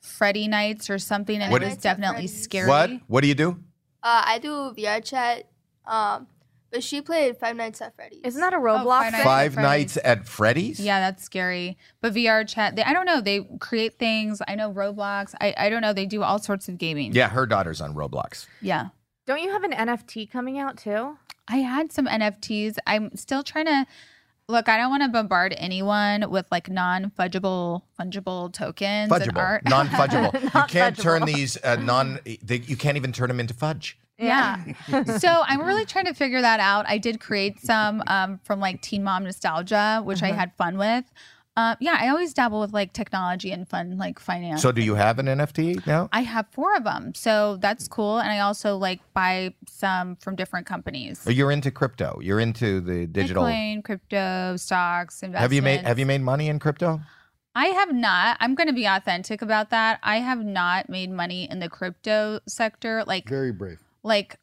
Freddy Nights or something. And
What
it
is-
was definitely
Freddy's.
scary.
What? What do you do?
Uh, I do VR chat, um, but she played Five Nights at Freddy's.
Isn't that a Roblox?
Five
thing?
Nights-
Five
Freddy's.
nights at Freddy's.
Yeah, that's scary. But VR chat, they, I don't know. They create things. I know Roblox. I, I don't know. They do all sorts of gaming.
Yeah, her daughter's on Roblox.
Yeah.
Don't you have an NFT coming out too?
I had some NFTs. I'm still trying to look. I don't want to bombard anyone with like non fungible fungible tokens and
Fudgeable,
art.
non-fudgeable. you
Not
can't turn
fudgeable.
these uh, non. They, you can't even turn them into fudge.
Yeah. so I'm really trying to figure that out. I did create some um, from like Teen Mom nostalgia, which I had fun with. Um, yeah, I always dabble with like technology and fun, like finance.
So, do you have an NFT now?
I have four of them, so that's cool. And I also like buy some from different companies.
You're into crypto. You're into the digital.
Bitcoin, crypto, stocks, investments.
Have you made Have you made money in crypto?
I have not. I'm going to be authentic about that. I have not made money in the crypto sector, like
Very brave.
like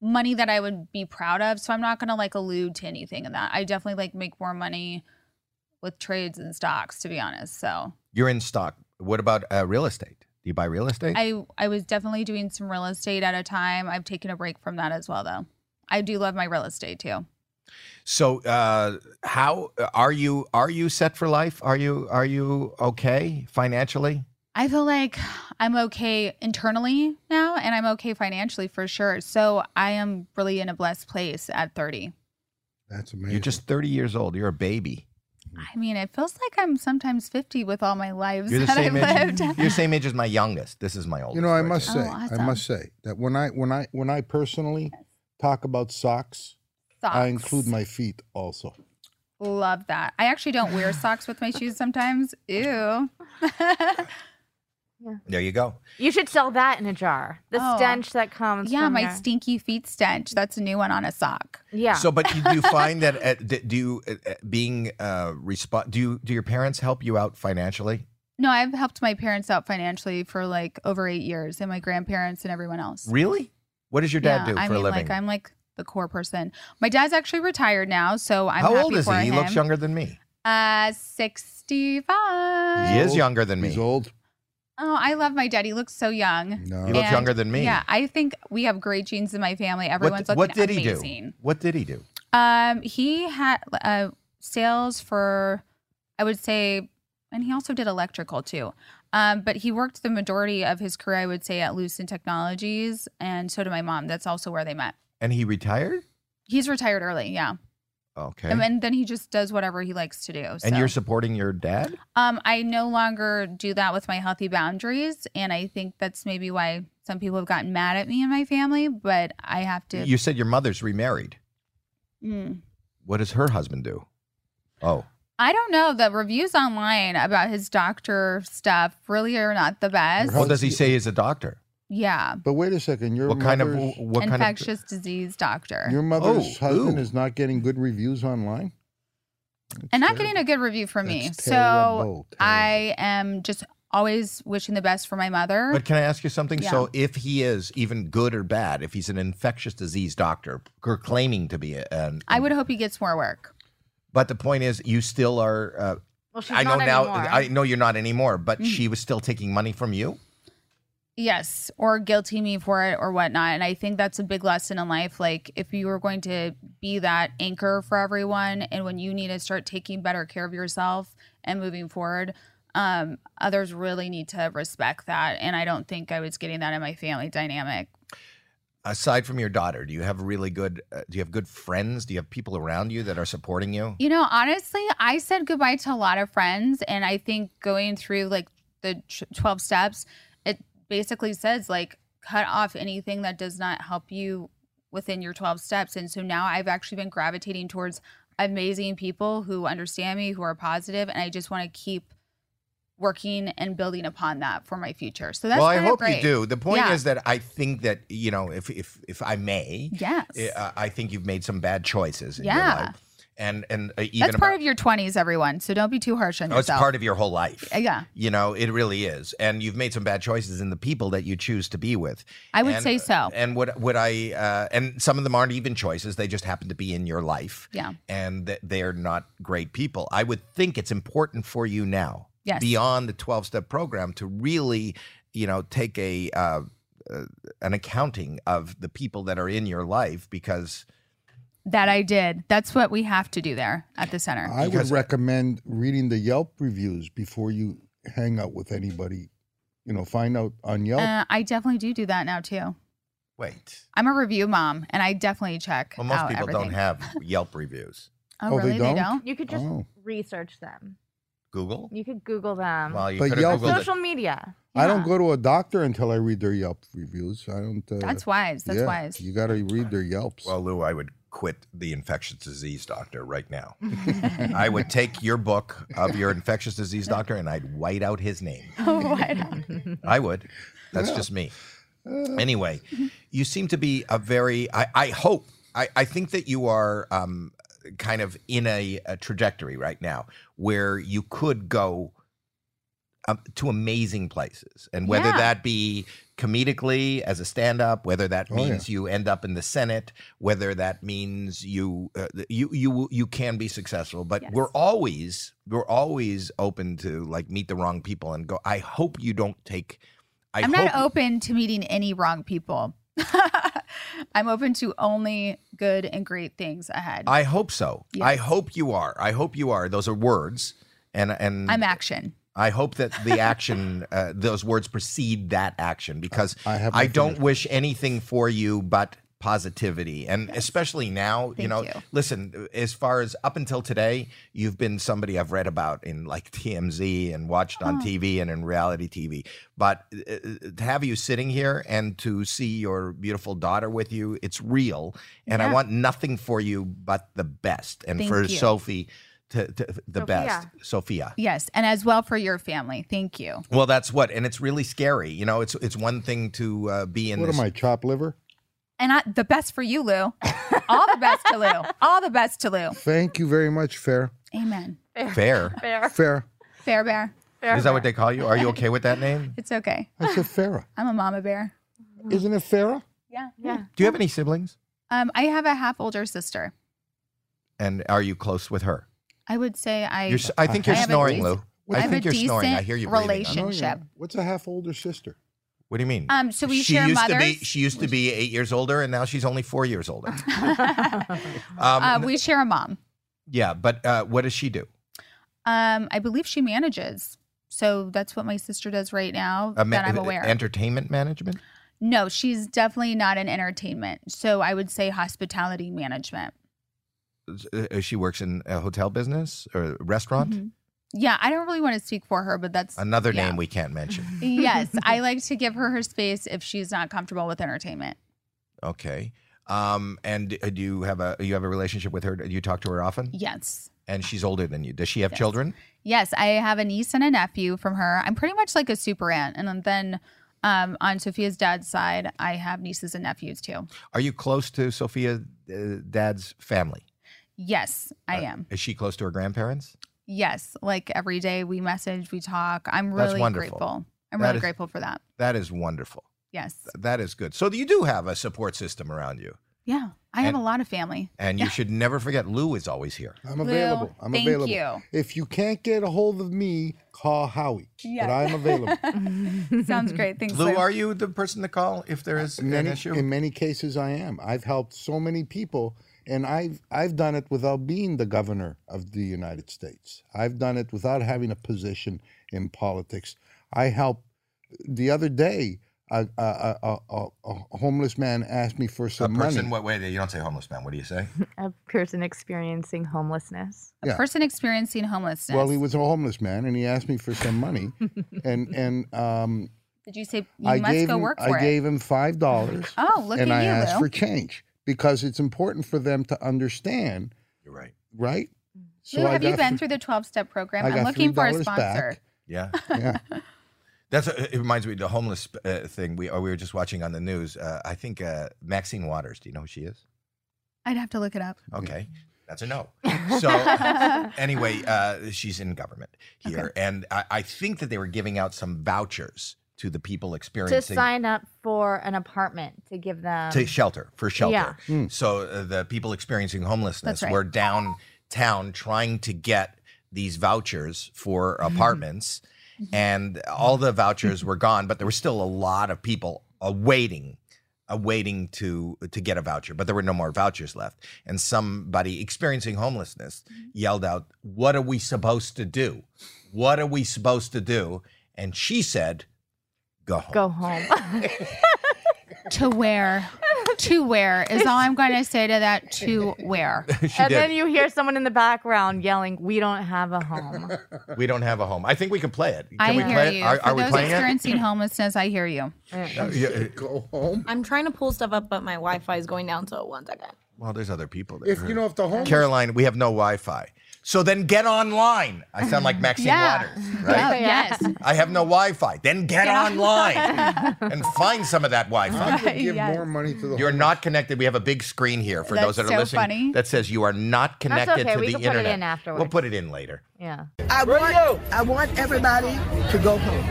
money that I would be proud of. So I'm not going to like allude to anything in that. I definitely like make more money with trades and stocks, to be honest. So
You're in stock. What about uh, real estate? Do you buy real estate?
I I was definitely doing some real estate at a time. I've taken a break from that as well, though. I do love my real estate too.
so, uh, how are you? Are you set for life? Are you Are you okay financially?
I feel like I'm okay internally now, and I'm okay financially for sure. So I am really in a blessed place at 30.
That's amazing.
You're just 30 years old. You're a baby.
I mean, it feels like I'm sometimes 50 with all my lives
You're the
that I've
same age.
lived.
You're the same age as my youngest. This is my oldest.
You know, I
right
must
now.
say,
Oh, awesome.
I must say that when I when I when I personally talk about socks, I
Socks.
include my feet also.
Love that. I actually don't wear socks with my shoes sometimes. Ew. Uh-huh.
There you go.
You should sell that in a jar. The
Oh.
stench that comes.
yeah,
from
my
your-
stinky feet stench. That's a new one on a sock.
Yeah.
So, but you, do you find that uh, d do you uh, uh, being uh, resp- do you, do your parents help you out financially?
No, I've helped my parents out financially for like over eight years and my grandparents and everyone else.
Really? What does your dad
yeah,
do for
I mean,
a living?
like I'm like the core person. My dad's actually retired now, so I'm
How
happy
old is he?
for
He
him.
looks younger than me.
Uh, 65.
He is
old.
younger than me.
He's old.
Oh, I love my dad. He looks so young.
No.
You look
And-
younger than me.
Yeah, I think we have great genes in my family.
What,
Everyone's looking
what did
amazing.
he do? What did he do?
Um, he had uh, sales for, I would say, and he also did electrical too. Um, but he worked the majority of his career, I would say, at Lucent Technologies, and so did my mom. That's also where they met.
And he retired?
He's retired early, yeah,
Okay.
and then, then he just does whatever he likes to do. So.
And you're supporting your dad?
Um, I no longer do that with my healthy boundaries, and I think that's maybe why some people have gotten mad at me and my family. But I have to.
You said your mother's remarried.
Mm.
What does her husband do? Oh,
I don't know. The reviews online about his doctor stuff really are not the best.
Right.
what does he say he's a doctor?
Yeah,
But wait a second, your
What kind of
mother's-
what kind of
infectious disease doctor,
your mother's
Oh,
husband
ooh.
is not getting good reviews online, That's
and not
terrible.
getting a good review from me.
That's
So
terrible, terrible.
I am just always wishing the best for my mother.
But can I ask you something?
Yeah.
So, if he is even good or bad, if he's an infectious disease doctor, or claiming to be a- an,
I would hope he gets more work.
but the point is, you still are. Uh,
Well, she's
I know
not
now.
anymore.
I know you're not anymore, but
Mm.
she was still taking money from you.
Yes, or guilty me for it or whatnot. And I think that's a big lesson in life. Like, if you are going to be that anchor for everyone, and when you need to start taking better care of yourself and moving forward, um, others really need to respect that. And I don't think I was getting that in my family dynamic.
Aside from your daughter, do you have really good? Uh, do you have good friends? Do you have people around you that are supporting you?
You know, honestly, I said goodbye to a lot of friends, and I think going through like the tr- 12 steps, it basically says like cut off anything that does not help you within your 12 steps. And so now I've actually been gravitating towards amazing people who understand me, who are positive, and I just want to keep working and building upon that for my future. So that's
well, I
kinda
hope
great.
you do. The point
Yeah.
is that I think that you know, if if if I may,
Yes.
uh, I think you've made some bad choices. In
Yeah.
Your life. And and uh, even
that's
about,
part of your 20s, everyone. So don't be too harsh on
oh, it's
yourself. Uh,
part of your whole life.
yeah.
You know, it really is. And you've made some bad choices in the people that you choose to be with.
I would
And- uh,
say so.
And would would I? Uh, and some of them aren't even choices; they just happen to be in your life,
Yeah.
and th- they're not great people. I would think it's important for you now,
Yes.
beyond the twelve step program, to really, you know, take a uh, uh, an accounting of the people that are in your life because
That I did. That's what we have to do there at the center.
I would
Because-
recommend reading the Yelp reviews before you hang out with anybody. You know, find out on Yelp.
Uh, I definitely do do that now too.
wait,
I'm a review mom, and I definitely check
well, most
out
people
everything.
don't have Yelp reviews.
oh,
Oh, they
really?
don't?
you could just
Oh.
research them.
Google.
You could Google them.
Well, you
But
could
Yelp-
have
On
googled it.
social media.
I don't
Yeah.
go to a doctor until I read their Yelp reviews. I don't. Uh,
That's wise. That's
yeah,
wise.
You got to read their Yelps.
Well, Lou, I would quit the infectious disease doctor right now. I would take your book of your infectious disease doctor and I'd white out his name.
Oh,
I would. That's just me.
Uh.
Anyway, you seem to be a very, I, I hope, I, I think that you are um, kind of in a, a trajectory right now where you could go um, to amazing places. And whether
Yeah.
that be comedically as a stand up, whether that
Oh, yeah.
means you end up in the Senate, whether that means you uh, you you you can be successful, but
Yes.
we're always we're always open to like meet the wrong people and go I hope you don't take I
I'm
hope
not open to meeting any wrong people. I'm open to only good and great things ahead. I,
I hope so. I hope you are. I hope you are. Those are words. And and
am action.
I hope that the action, uh, those words precede that action because
I- I have
I,
my
don't
fingers
wish anything for you but positivity. And especially now, you
Thank
know,
you.
listen, as far as up until today, you've been somebody I've read about in like TMZ and watched on TV and in reality TV. But uh, uh, to have you sitting here and to see your beautiful daughter with you, it's real. And I
Yeah.
want nothing for you but the best. And
Thank
for
you.
Sophie, to, to the best,
Sophia.
Sophia.
Yes, and as well for your family. Thank you.
Well, that's what, and it's really scary. You know, it's it's one thing to uh, be in
what
this.
am I, chop liver?
And I, the best for you, Lou. All the best to Lou. All the best to Lou.
Thank you very much, Fair.
Amen.
fair.
Fair.
Fair.
Fair bear.
fair
Is that what they call you? Are you okay with that name?
It's okay.
I said Farah.
I'm a mama bear.
Isn't it Farah?
Yeah.
Yeah.
Do you have any siblings?
Um, I have a half older sister.
And are you close with her?
I would say I.
You're, s- I think
I
you're
have a
snoring,
decent-
Lou. I
have a
think you're snoring. I
decent
hear you breathing.
I know you're
Relationship.
not. What's a half older sister?
What do you mean?
Um, so we
she
share
used
mothers.
to be she used to be eight years older, and now she's only four years older. um,
uh, we share a mom.
yeah, but uh, what does she do?
Um, I believe she manages. So that's what my sister does right now
A ma- uh,
that I'm aware. of.
Entertainment management.
no, she's definitely not in entertainment. So I would say hospitality management.
Uh, she works in a hotel business or restaurant.
Mhm. Yeah, I don't really want to speak for her, but that's
Another
yeah.
name we can't mention.
yes, I like to give her her space if she's not comfortable with entertainment.
Okay. Um, and uh, do you have a you have a relationship with her? Do you talk to her often?
Yes.
And she's older than you. Does she have
Yes.
children?
Yes, I have a niece and a nephew from her. I'm pretty much like a super aunt. And then um, on Sophia's dad's side, I have nieces and nephews too.
Are you close to Sophia uh, dad's family?
Yes, I
Uh,
am.
Is she close to her grandparents?
Yes, like every day we message, we talk. I'm
That's
really
wonderful.
grateful. I'm
That
really
is-
grateful for that.
That is wonderful.
Yes.
That is good. So you do have a support system around you.
Yeah. I have
And-
a lot of family.
And you should never forget Lou is always here.
I'm
Lou,
available. I'm
thank
available.
you.
If you can't get a hold of me, call Howie. But I'm available.
Sounds great. Thanks,
Lou,
Lou.
are you the person to call if there is
in
an
many,
issue?
in many cases, I am. I've helped so many people, and I've I've done it without being the governor of the United States. I've done it without having a position in politics. I helped the other day. A, a, a, a, a homeless man asked me for
a
some money.
person, what way? You don't say homeless man. What do you say?
A person experiencing homelessness.
a
yeah.
person experiencing homelessness.
well, he was a homeless man, and he asked me for some money, and and um,
Did you say you
I
must
gave
go
him,
work
I
for it?
gave him five dollars.
Oh, look
and
at
I
you,
asked
Lou.
for change because it's important for them to understand,
You're right.
right? So
Lou,
I
have you
got
been
th-
through the 12 step program?
I
I'm
got
looking for a
$3
sponsor.
back.
Yeah.
Yeah.
That's uh, it reminds me of the homeless uh, thing we uh, we were just watching on the news. Uh, I think uh, Maxine Waters. Do you know who she is?
I'd have to look it up.
Okay, that's a no. So anyway, uh, she's in government here, and I, I think that they were giving out some vouchers to the people
to
experiencing
sign up for an apartment to give them
Um,
to shelter for shelter.
Yeah.
Mm.
So uh, the people experiencing homelessness
That's right.
were downtown trying to get these vouchers for
Mm-hmm.
apartments, and all the vouchers were gone. But there were still a lot of people awaiting. Awaiting to to get a voucher, but there were no more vouchers left. And somebody experiencing homelessness
Mm-hmm.
yelled out, "What are we supposed to do? What are we supposed to do?" And she said, "Go home."
go home.
to wear. to wear is all I'm going to say to that. To wear.
She
and
did.
then you hear someone in the background yelling, "We don't have a home."
We don't have a home. I think we can play it. Can
I
we
hear
play
you.
it? Are,
For
are we
those
playing it?
experiencing homelessness, I hear you.
Uh, yeah, uh,
Go home.
I'm trying to pull stuff up, but my Wi-Fi is going down. So one second.
Well, there's other people there.
If you know if the homeless
Caroline, we have no Wi-Fi. So then get online. I sound like Maxine
Yeah.
Waters, right?
Oh, yes.
I have no Wi-Fi. Then get, online and find some of that Wi-fi.
I would give
Yes.
more money to the
You're
homeless.
not connected. We have a big screen here for
That's
those that are
so
listening
funny.
that says you are not connected
okay.
to
We
the
can put it
internet.
in afterwards.
We'll put it in later.
yeah.
I want, I want everybody to go home.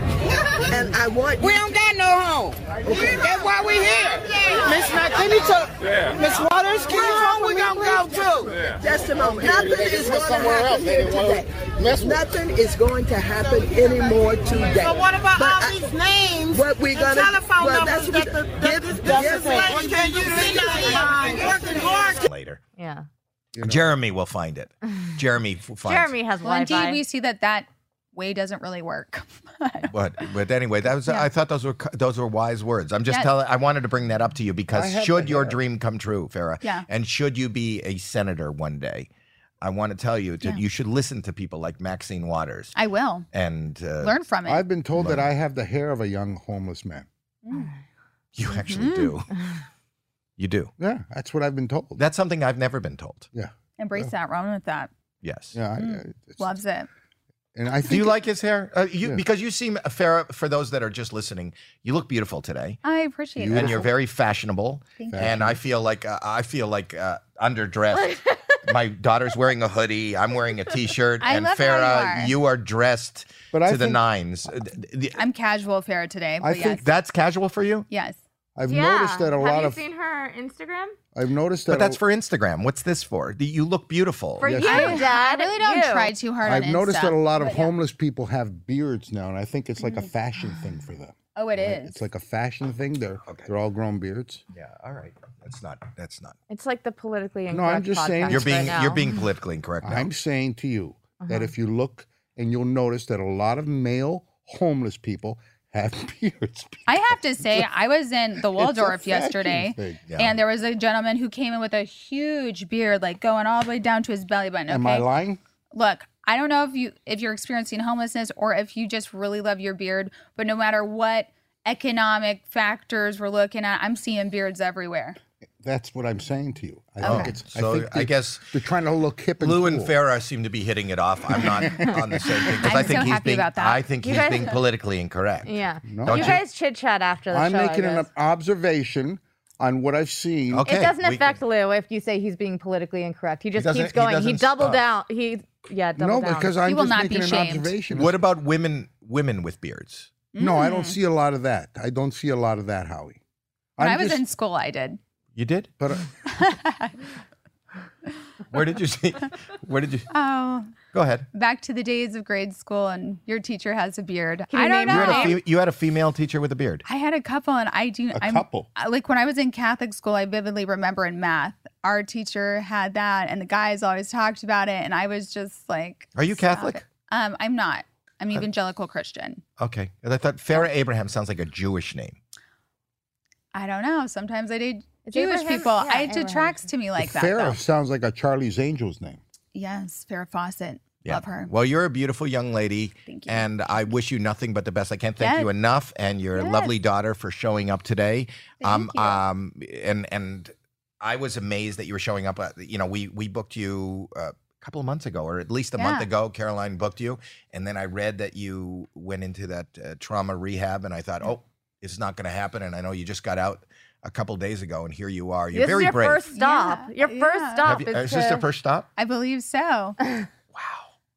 and I want
We don't got no home. That's why we here.
Miss Mac, can you talk?
Miss Waters,
Where
can
home we gonna go to? Just a moment. Nothing is going to happen here today. Nothing is going to happen anymore today.
But what about
But
all
I-
these names
What we
and
gonna?
telephone
well,
numbers
that's what-
that the, that
give-
this,
give
this
me-
lady can you see working hard
Later.
Yeah.
Jeremy will find it. Jeremy f- finds it.
Jeremy has
Well,
Wi-Fi.
indeed, we see that that way doesn't really work.
But but anyway, that was I thought those were cu- those were wise words. I'm just
Yes.
telling. I wanted to bring that up to you
I
because
have
should
to
your
hear.
dream come true, Farah,
Yeah.
and should you be a senator one day, I want to tell you that
Yeah.
you should listen to people like Maxine Waters
I will
and uh,
learn from it.
I've been told that I have the hair of a young homeless man.
Mm,
You actually do. You do.
Yeah, that's what I've been told.
That's something I've never been told.
yeah,
Embrace that. Run with that.
Yes.
yeah. I, it's-
Loves it.
and I think
Do you like his hair? Uh, you
Yeah.
because you seem Farah. For those that are just listening, you look beautiful today.
I appreciate
and
it.
you're very fashionable.
Thank
and I feel like uh, I feel like uh, underdressed. My daughter's wearing a hoodie. I'm wearing a t-shirt.
I
and
love how you
Farah,
are.
you are dressed
But
to
I
the
think-
nines. Uh, th- th-
I'm casual fair today. But
I
yes.
think
That's casual for you,
yes.
I've
yeah.
noticed that a
have
lot
you
of
seen her Instagram?
I've noticed that
but that's
a,
for Instagram. What's this for? The- You look beautiful.
For
Yes.
you,
I-
Dad.
I really don't
you.
try too hard
I've
on
noticed
Insta.
that a lot of homeless people have beards now, and I think it's like a fashion thing for them.
Oh, it is.
It's like a fashion thing. They're
Okay.
they're all grown beards.
Yeah, all right. That's not. That's not.
It's like the politically incorrect.
No, I'm just saying-
podcast
That's
You're being
right now.
you're being politically incorrect. Now.
I'm saying to you that if you look and you'll notice that a lot of male homeless people have beards.
I have to say, I was in the Waldorf yesterday,
thing.
Yeah.
and there was a gentleman who came in with a huge beard, like going all the way down to his belly button. Okay,
Am I lying?
look, I don't know if you if you're experiencing homelessness or if you just really love your beard, but no matter what economic factors we're looking at, I'm seeing beards everywhere.
That's what I'm saying to you. I
Okay.
think it's.
Oh, So,
I, think
I
they-
guess
they're trying to look hip and
Lou
cool.
and Farah seem to be hitting it off. I'm not on the same thing because
I'm
I think
so
he's
happy
being.
about that.
I think he's
guys-
being politically incorrect.
Yeah.
No.
Don't
you
you-
guys chit chat after the
I'm
show. I
making an
guess.
observation on what I've seen.
Okay.
it doesn't
we-
affect Lou if you say he's being politically incorrect. He just
doesn't-
keeps
he
going. He,
doesn't
doubled
stop.
down. He yeah,
No,
doubled down.
because
He
I'm
will
just
not be
making an
shamed.
observation.
What about women? Women with beards.
No, I don't see a lot of that. I don't see a lot of that, Howie.
Hmm. When
I'm
i was
just-
in school, I did.
You did?
But uh,
Where did you see? Where did you?
Oh,
Go ahead.
back to the days of grade school, and your teacher has a beard.
Can you
I don't
name
know.
her
You had, a
Name?
fe- you had a female teacher with a beard.
I had a couple, and I do.
A
I'm,
couple?
I- Like when I was in Catholic school, I vividly remember in math, our teacher had that, and the guys always talked about it, and I was just like,
Are you
stop
Catholic? Uh,
it. Um, I'm not. I'm evangelical Christian.
Okay. 'Cause I thought Farah Abraham sounds like a Jewish name.
I don't know. Sometimes I date
Is
Jewish
Abraham-
people.
yeah,
I it detracts to me like that.
Farrah
though.
sounds like a Charlie's Angels name.
Yes, Farrah Fawcett. Love her.
Well, you're a beautiful young lady.
Thank you.
And I wish you nothing but the best. I can't thank
Yes.
you enough and your
Yes.
lovely daughter for showing up today. um
Thank you.
um and and I was amazed that you were showing up. Uh, you know, we we booked you uh, a couple of months ago or at least a month
Yeah.
ago Caroline booked you and then I read that you went into that uh, trauma rehab and I thought, "Oh, it's not going to happen." And I know you just got out a couple days ago and here you are. You're
this
very
is your
brave.
first stop.
Yeah,
Your first
yeah.
Have
stop
you-
is,
is this
to-
your first stop?
I believe so.
Wow.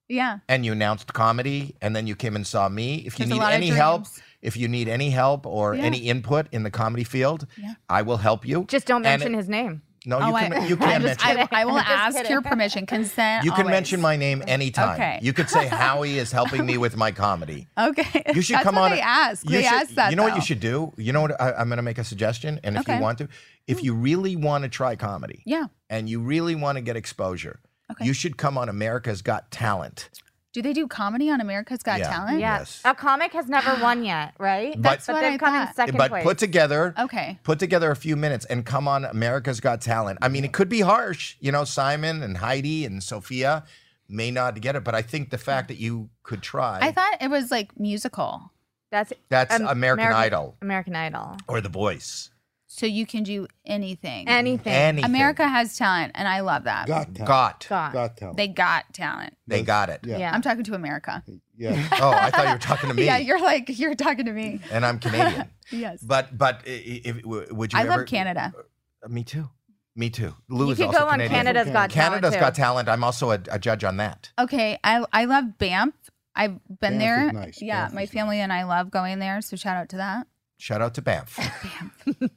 Yeah.
and you announced comedy and then you came and saw me if you
There's a
need
lot of
any help
dreams.
if you need any help or
Yeah.
any input in the comedy field
Yeah.
i will help you
just don't
And
mention
it-
his name.
no you
oh,
can
I,
you
I
can
just-
mention
I, I will
I'm just
ask
kidding.
your permission, consent.
you can
always.
mention my name anytime
Okay.
you could say howie is helping me with my comedy
Okay.
you should
That's
come on
what They
a-
ask.
you
they
should-
ask that.
you know what
though.
you should do you know what I, i'm going to make a suggestion and if
Okay.
you want to if you really want to try comedy
Yeah.
and you really want to get exposure
Okay.
you should come on america's got talent
Do they do comedy on America's Got
Yeah.
Talent?
Yeah.
Yes.
A comic has never won yet, right?
That's
but
what
they've
I
come in
thought.
second
but
place.
put together
Okay.
put together a few minutes and come on America's Got Talent. I mean, it could be harsh, you know, Simon and Heidi and Sophia may not get it, but I think the fact that you could try
I thought it was like musical.
that's
that's
um,
American Idol
American Idol.
or The Voice.
So you can do anything.
Anything.
Anything.
America has talent, and I love that.
Got talent.
got.
God.
Got talent.
They got talent.
They got it.
Yeah.
Yeah.
I'm talking to America.
yeah.
Oh, I thought you were talking to me.
Yeah, you're like you're talking to me.
and I'm Canadian.
Yes.
But but i- i- if, would you
I
ever
love Canada.
Uh, Me too. Me too. Lou
You
is
could
also
go on
Canadian.
Canada's Got
Canada's
Talent.
Got
too.
Talent. I'm also a, a judge on that.
Okay, I I love Banff. I've
Banff
been there.
is nice.
Yeah,
Banff
my
is
family and I love going there. So shout out to that.
Shout out to Banff.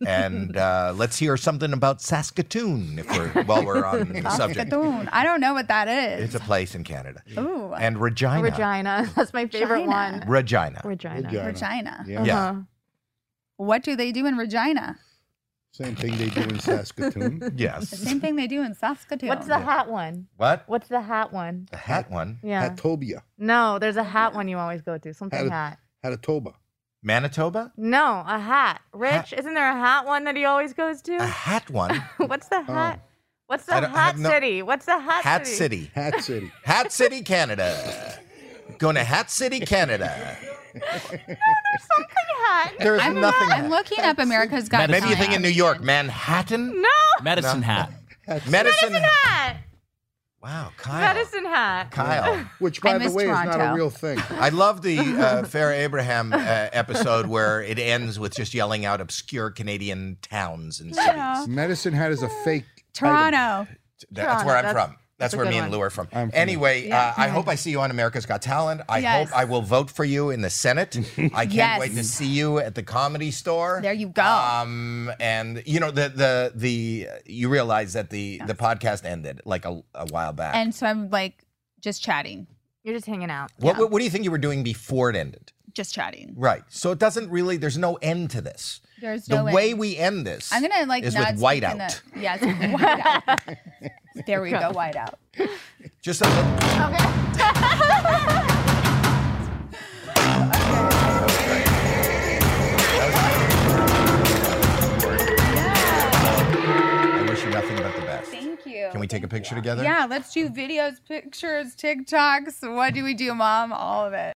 and uh, let's hear something about Saskatoon if we're while we're on the subject.
Saskatoon. I don't know what that
It's
is.
a place in Canada.
Ooh,
And Regina.
Regina. That's my favorite
Regina.
one.
Regina.
Regina.
Regina.
Regina.
Yeah.
Yeah.
Uh-huh.
What do they do in Regina?
Same thing they do in Saskatoon.
The
Yes.
same thing they do in Saskatoon.
What's the hat one?
What?
What's the hat one?
The hat one.
Yeah.
Hatobia.
No, there's a hat one you always go to. Something
Hat-
hat.
Hatatoba.
Manitoba?
No, a hat. Rich, isn't there a hat one that he always goes
A
to?
hat one.
What's the hat? What's
I
the
don't- I
hat
have no-
city? What's the hat,
Hat City.
Hat City.
Hat City, Canada. Going to Hat City, Canada.
Hat.
There's
I'm,
nothing.
I'm looking up America's Got
Maybe you
Talent.
think in New York, Manhattan?
No,
Medicine hat.
Medicine.
hat.
Wow, Kyle.
Medicine hat.
Kyle.
Which, by the
miss
way, is not
Toronto.
a real thing.
I love the uh, Farrah Abraham uh, episode where it ends with just yelling out obscure Canadian towns and cities.
Medicine Hat is a fake. item.
Toronto.
That's where I'm
Toronto,
from.
that's-
That's
that's a
where
good
me and
one.
Lou are from.
I'm from there.
anyway, uh, I hope I see you on America's Got Talent. I
Yes.
hope I will vote for you in the Senate. I can't
Yes.
wait to see you at the comedy store.
There you go.
Um, and you know the the the you realize that the the podcast ended like a, a while back.
And so I'm like just chatting.
You're just hanging out.
what, what what do you think you were doing before it ended?
just chatting.
Right. So it doesn't really. There's no end to this.
There's
the
no end.
way we end this.
I'm gonna like
is
not
with
speak in
whiteout.
The, yes, whiteout. there we go, whiteout.
Just a, I wish you nothing but the best.
Thank you.
Can we take a picture together?
Yeah, let's do videos, pictures, TikToks. What do we do, mom? All of it.